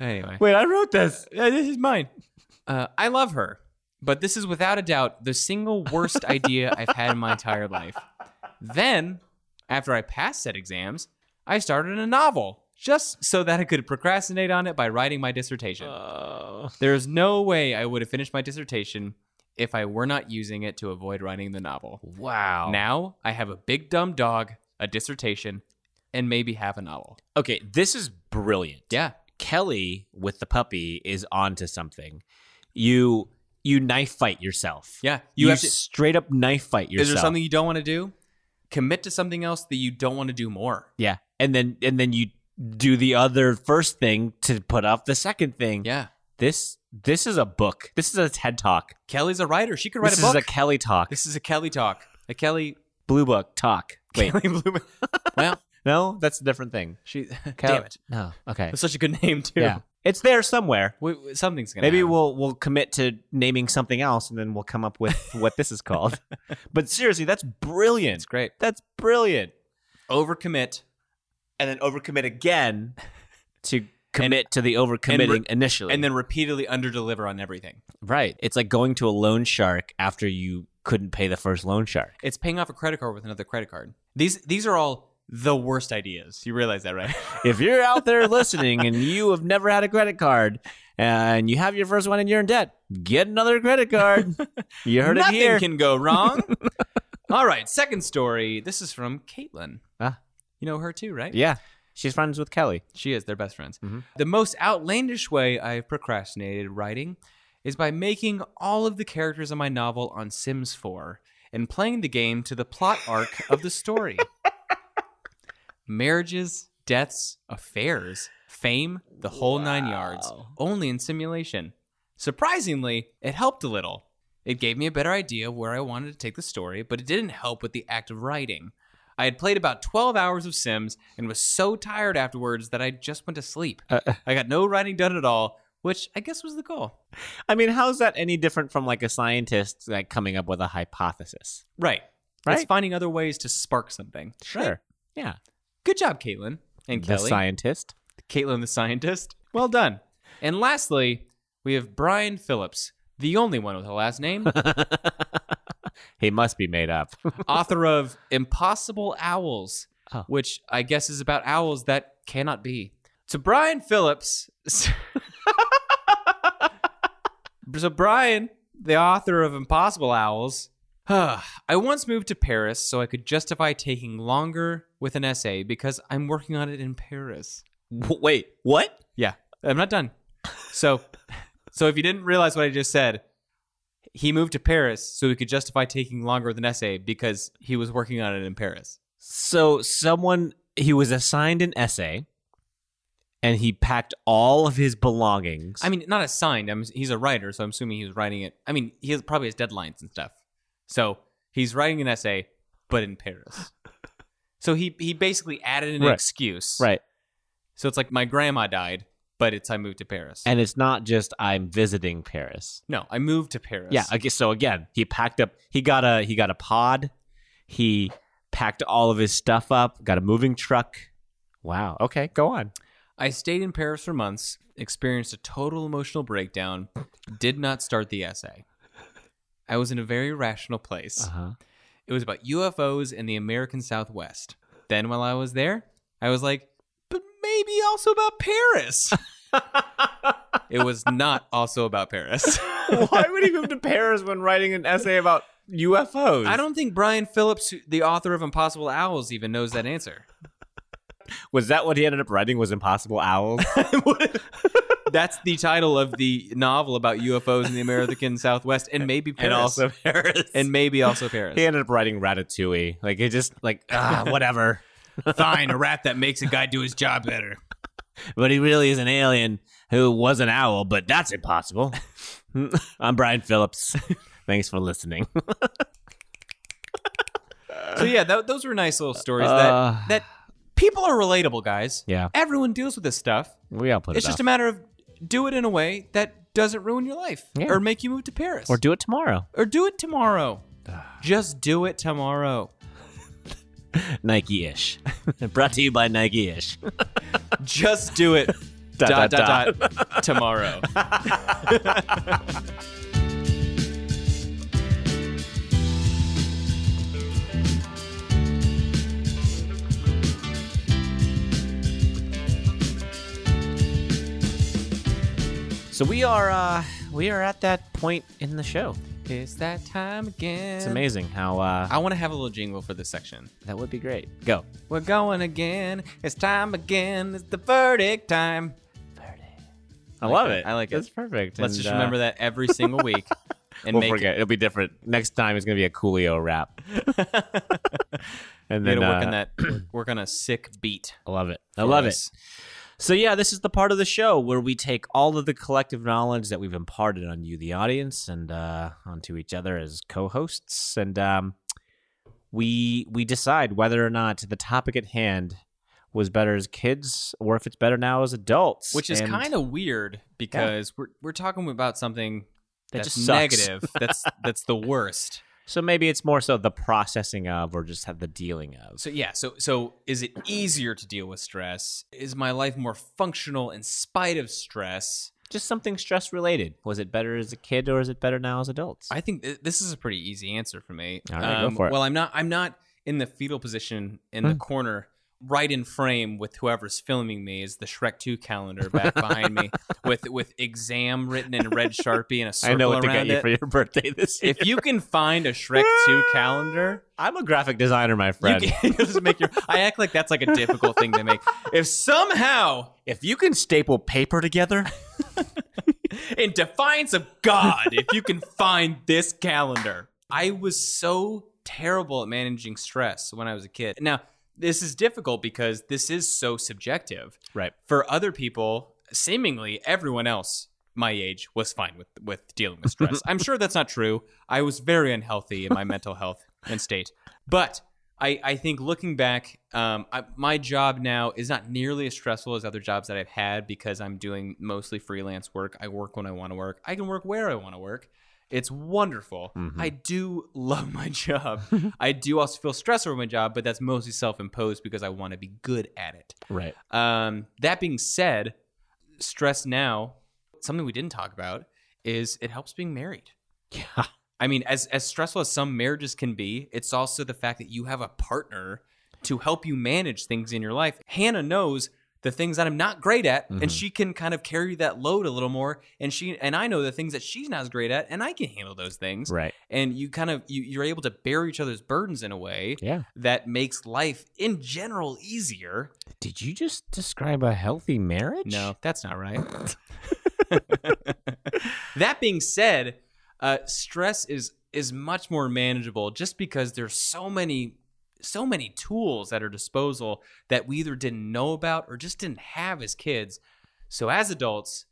S2: anyway.
S1: Wait, I wrote this.
S2: Uh, this is mine. Uh, I love her, but this is without a doubt the single
S1: [laughs]
S2: worst idea I've had in my entire life. Then, after I passed said exams, I started a novel just so that I could procrastinate on it by writing my dissertation.
S1: Oh.
S2: there is no way I would have finished my dissertation if I were not using it to avoid writing the novel.
S1: Wow. [laughs]
S2: Now I have a big dumb dog, a dissertation, and maybe half a novel.
S1: [laughs] okay, this is brilliant.
S2: Yeah.
S1: Kelly with the puppy is onto something. You you knife fight yourself.
S2: Yeah.
S1: You,
S2: have to-
S1: straight up knife fight yourself.
S2: Is there something you don't want to do? Commit to something else that you don't want to do more.
S1: Yeah. And then and then you do the other first thing to put off the second thing.
S2: Yeah.
S1: This this is a book. This is a TED talk.
S2: Kelly's a writer. She could write
S1: This
S2: a
S1: is
S2: book.
S1: a Kelly talk.
S2: this is a Kelly talk. A Kelly
S1: Blue book talk. Wait. [laughs]
S2: Kelly Blue. well,
S1: No, that's a different thing.
S2: She. [laughs]
S1: Cal-
S2: Damn it.
S1: No. Oh, Okay.
S2: That's such a good name too.
S1: Yeah. It's there somewhere.
S2: We, we- something's gonna.
S1: Maybe
S2: happen.
S1: we'll we'll commit to naming something else and then we'll come up with [laughs] what this is called. but seriously, that's brilliant.
S2: It's great.
S1: That's brilliant.
S2: Overcommit.
S1: And then overcommit again [laughs] to commit to the overcommitting
S2: and re-
S1: initially.
S2: And then repeatedly underdeliver on everything.
S1: right. It's like going to a loan shark after you couldn't pay the first loan shark.
S2: It's paying off a credit card with another credit card. These these are all the worst ideas. You realize that, right?
S1: If you're out [laughs] there listening and you have never had a credit card and you have your first one and you're in debt, get another credit [laughs] card. You [laughs] heard
S2: Nothing
S1: it here.
S2: can go
S1: [laughs]
S2: wrong. all right. Second story. This is from Caitlin.
S1: Ah.
S2: You know her too, right?
S1: yeah. She's friends with Kelly.
S2: She is. They're best friends.
S1: Mhm.
S2: The most outlandish way I've procrastinated writing is by making all of the characters in my novel on Sims 4 and playing the game to the plot arc of the story. Marriages, deaths, affairs, fame, the whole nine yards,
S1: Wow.
S2: only in simulation. Surprisingly, it helped a little. It gave me a better idea of where I wanted to take the story, but it didn't help with the act of writing. I had played about 12 hours of Sims and was so tired afterwards that I just went to sleep.
S1: Uh,
S2: I got no writing done at all, which I guess was the goal.
S1: I mean, how's that any different from like a scientist like coming up with a hypothesis?
S2: Right. It's
S1: Right?
S2: finding other ways to spark something. Right?
S1: Yeah.
S2: Good job, Caitlin and
S1: the
S2: Kelly.
S1: scientist.
S2: Caitlin the scientist. Well done. And lastly, we have Brian Phillips, the only one with a last name,
S1: He must be made up.
S2: author of Impossible Owls,
S1: Oh.
S2: which I guess is about owls that cannot be. So Brian Phillips. [laughs] so Brian, the author of Impossible Owls. I once moved to Paris so I could justify taking longer with an essay because I'm working on it in Paris.
S1: W- [laughs] Wait, what?
S2: Yeah, I'm not done. So, [laughs] so if you didn't realize what I just said, he moved to Paris so he could justify taking longer with an essay because he was working on it in Paris.
S1: So someone he was assigned an essay and he packed all of his belongings.
S2: I mean, not assigned. I'm, he's a writer, so I'm assuming he's writing it. I mean, he has, probably has deadlines and stuff. So he's writing an essay, but
S1: [laughs]
S2: in Paris. So he he basically added an
S1: Right.
S2: excuse.
S1: right.
S2: So it's like my grandma died, but it's I moved to Paris.
S1: And it's not just I'm visiting Paris.
S2: no, I moved to Paris.
S1: Yeah, I guess so again, he packed up he got a he got a pod. He packed all of his stuff up, got a moving truck. Wow. Okay, go on.
S2: I stayed in Paris for months, experienced a total emotional breakdown, did not start the essay. I was in a very rational place.
S1: Uh-huh.
S2: It was about UFOs in the American Southwest. Then while I was there, I was like, but maybe also about Paris. it was not also
S1: [laughs]
S2: about Paris.
S1: [laughs] Why would he move to Paris when writing an essay about UFOs?
S2: I don't think Brian Phillips, who- the author of Impossible Owls, even knows that answer.
S1: Was that what he ended up writing? Was Impossible Owls?
S2: [laughs] That's the title of the novel about UFOs in the American Southwest and maybe Paris.
S1: and also Paris.
S2: and maybe also Paris.
S1: he ended up writing Ratatouille. Like it just like [laughs] ah whatever.
S2: Fine, a rat that makes a guy do his job better.
S1: But he really is an alien who was an owl. But that's impossible. [laughs] I'm Brian [laughs] Phillips. Thanks for listening.
S2: So yeah, tho- those were nice little stories
S1: Uh.
S2: that that people are relatable, guys.
S1: Yeah.
S2: everyone deals with this stuff.
S1: We all put
S2: It's
S1: it
S2: just
S1: off.
S2: a matter of do it in a way that doesn't ruin your life
S1: Yeah.
S2: or make you move to Paris
S1: or do it tomorrow.
S2: or do
S1: [sighs]
S2: it tomorrow. Just do it tomorrow.
S1: Nike [laughs] ish. Brought to you by Nike ish.
S2: Just do it.
S1: [laughs] Dot, dot, [laughs]
S2: dot tomorrow.
S1: So we are uh we are at that point in the show.
S2: it's that time again.
S1: It's amazing how uh
S2: I want to have a little jingle for this section.
S1: that would be great. Go.
S2: We're going again. It's time again. It's the verdict time.
S1: I,
S2: like
S1: love
S2: it.
S1: it.
S2: I like it.
S1: That's perfect.
S2: Let's just
S1: And, uh,
S2: remember that every single
S1: [laughs]
S2: week and
S1: we'll
S2: make
S1: forget. It. will be different. Next time it's gonna be a Coolio [laughs] rap. and
S2: You
S1: then
S2: gotta work
S1: uh,
S2: on that. work- Work on a sick beat.
S1: I love it. I
S2: for
S1: love
S2: us.
S1: it. So yeah, this is the part of the show where we take all of the collective knowledge that we've imparted on you, the audience, and uh, onto each other as co-hosts, and um, we we decide whether or not the topic at hand was better as kids or if it's better now as adults.
S2: Which is
S1: And
S2: kind of weird because we're we're talking about something
S1: That
S2: that's
S1: just sucks. [laughs]
S2: negative. that's that's the worst.
S1: so maybe it's more so the processing of or just have the dealing of.
S2: So yeah, so so is it easier to deal with stress? Is my life more functional in spite of stress?
S1: just something stress related. Was it better as a kid or is it better now as adults?
S2: I think th- this is a pretty easy answer for me. Um,
S1: All right, go for it. Hmm.
S2: Well, I'm not I'm not in the fetal position in the corner, right in frame with whoever's filming me is the Shrek Two calendar back behind
S1: [laughs]
S2: me with with exam written in red sharpie and a circle
S1: I know what to get
S2: around
S1: you
S2: it.
S1: for your birthday this year.
S2: if you can find a Shrek Two calendar,
S1: I'm a graphic designer, my
S2: you
S1: friend.
S2: can [laughs] you just make your. I act like that's like a difficult thing to make. If somehow,
S1: if you can staple paper together,
S2: in defiance of God, if you can find this calendar, I was so terrible at managing stress when I was a kid. Now this is difficult because this is so subjective.
S1: right?
S2: For other people, seemingly everyone else my age was fine with with dealing
S1: [laughs]
S2: with stress. I'm sure that's not true. I was very unhealthy in my mental health and state. But I, I think looking back, um, I, my job now is not nearly as stressful as other jobs that I've had because I'm doing mostly freelance work. I work when I want to work. I can work where I want to work. It's wonderful. I do [laughs] love my job. I do also feel stressed over my job, but that's mostly self imposed because I want to be good at it.
S1: [laughs] Right.
S2: Um, that being said, stress now, something we didn't talk about is it helps being married.
S1: Yeah.
S2: I mean, as, as stressful as some marriages can be, it's also the fact that you have a partner to help you manage things in your life. Hannah knows the things that I'm not great at,
S1: Mm-hmm.
S2: and she can kind of carry that load a little more. And she and I know the things that she's not as great at, and I can handle those things.
S1: Right.
S2: And you kind of you, you're able to bear each other's burdens in a way
S1: Yeah.
S2: that makes life in general easier.
S1: Did you just describe a healthy marriage?
S2: No, that's not right.
S1: [laughs]
S2: that being said, uh, stress is is much more manageable just because there's so many so many tools at our disposal that we either didn't know about or just didn't have as kids. So as adults,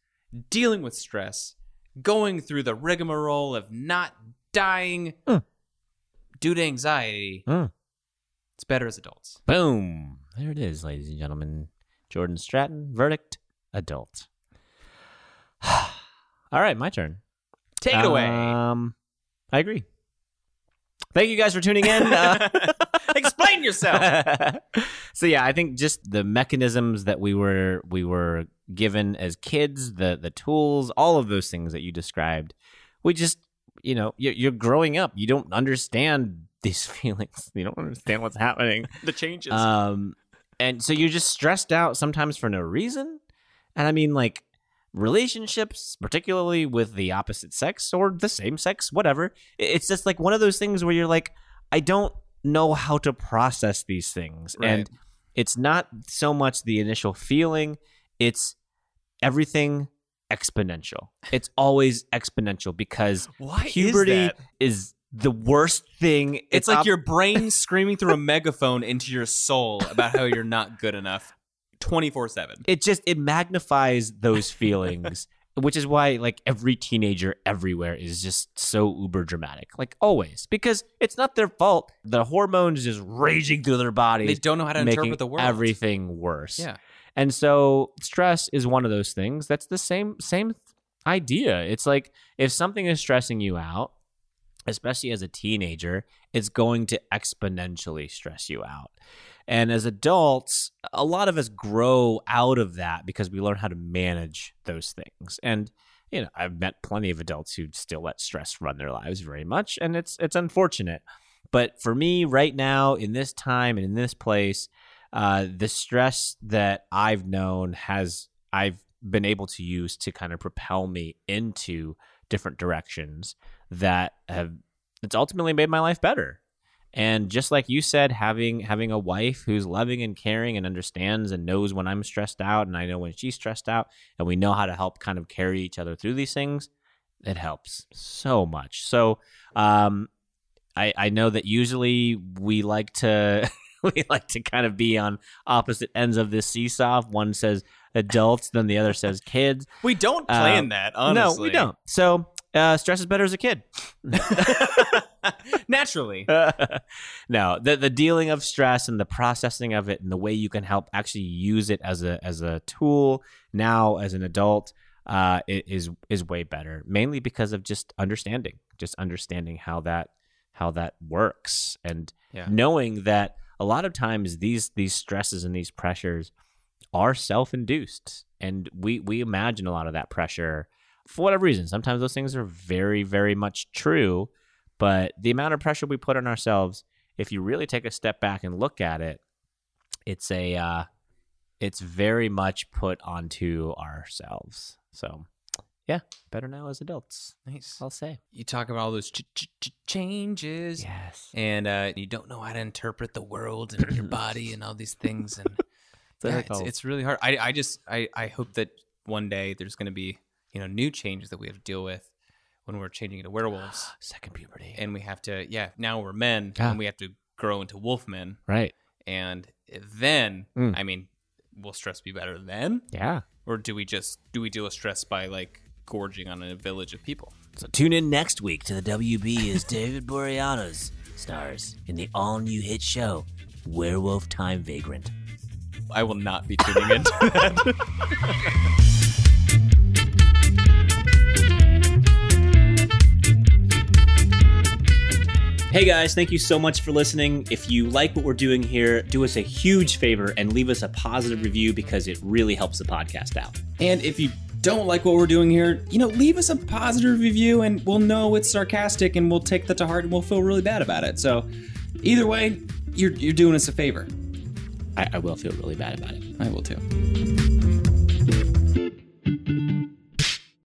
S2: dealing with stress, going through the rigmarole of not dying
S1: Mm.
S2: due to anxiety,
S1: Mm.
S2: it's better as adults.
S1: Boom. There it is, ladies and gentlemen. Jordan Stratton, verdict, adult. [sighs] All right, my turn.
S2: Take it away.
S1: Um, I agree. Thank you guys for tuning [laughs] in. Uh,
S2: Explain yourself.
S1: [laughs] so yeah, I think just the mechanisms that we were we were given as kids, the the tools, all of those things that you described, we just you know you're, you're growing up, you don't understand these [laughs] feelings, you don't understand what's happening,
S2: the changes.
S1: um, and so you're just stressed out sometimes for no reason, and I mean like relationships, particularly with the opposite sex or the same sex, whatever. I- It's just like one of those things where you're like, I don't know how to process these things.
S2: Right.
S1: And it's not so much the initial feeling, it's everything exponential. It's always exponential because
S2: Why
S1: puberty
S2: is
S1: is,
S2: that?
S1: the worst thing.
S2: It's, like
S1: op-
S2: your [laughs] brain screaming through a megaphone into your soul about how you're not good enough 24 7.
S1: it just it magnifies
S2: [laughs]
S1: those feelings which is why like every teenager everywhere is just so uber dramatic like always because it's not their fault the hormones just raging through their
S2: They
S1: bodies
S2: don't know how to
S1: making
S2: interpret the world.
S1: everything worse
S2: Yeah.
S1: and so stress is one of those things that's the same same idea it's like if something is stressing you out especially as a teenager it's going to exponentially stress you out and as adults, a lot of us grow out of that because we learn how to manage those things. And you know, I've met plenty of adults who still let stress run their lives very much, and it's it's unfortunate. But for me, right now, in this time and in this place, uh, the stress that I've known has I've been able to use to kind of propel me into different directions that have it's ultimately made my life better and just like you said having having a wife who's loving and caring and understands and knows when i'm stressed out and i know when she's stressed out and we know how to help kind of carry each other through these things it helps so much so um i i know that usually we like to [laughs] we like to kind of be on opposite ends of this seesaw If one says adults then the other says kids
S2: We don't plan
S1: Um,
S2: that, honestly.
S1: no, we don't. So
S3: Uh, stress is better as a kid.
S2: [laughs] [laughs] Naturally.
S1: [laughs] no, the the dealing of stress and the processing of it and the way you can help actually use it as a as a tool now as an adult uh, i- is is way better. Mainly because of just understanding, just understanding how that how that works and
S2: Yeah.
S1: knowing that a lot of times these these stresses and these pressures are self induced, and we we imagine a lot of that pressure for whatever reason. Sometimes those things are very very much true. But the amount of pressure we put on ourselves, if you really take a step back and look at it, it's a uh, it's very much put onto ourselves. So yeah, better now as adults,
S2: nice.
S1: I'll say.
S2: You talk about all those ch- ch- ch- changes,
S1: Yes.
S2: and uh, you don't know how to interpret the world and [coughs] your body and all these things, [laughs] and
S1: So
S2: yeah,
S1: like
S2: it's,
S1: all-
S2: it's really hard. I, I just I, I hope that one day there's going to be you know new changes that we have to deal with when we're changing into werewolves,
S1: second puberty.
S2: and we have to yeah now we're men
S1: Ah.
S2: and we have to grow into wolfmen,
S1: right.
S2: and then
S1: Mm.
S2: I mean, will stress be better then,
S1: Yeah.
S2: or do we just do we deal with stress by like gorging on a village of people?
S1: So tune in next week to the WB as David Boreanaz stars in the all new hit show Werewolf Time Vagrant.
S2: I will not be tuning
S1: [laughs]
S2: into that.
S1: Hey guys, thank you so much for listening. If you like what we're doing here, do us a huge favor and leave us a positive review because it really helps the podcast out.
S2: And if you don't like what we're doing here, you know, leave us a positive review and we'll know it's sarcastic and we'll take that to heart and we'll feel really bad about it. So either way, you're, you're doing us a favor.
S1: I, I will feel really bad about it.
S2: I will too.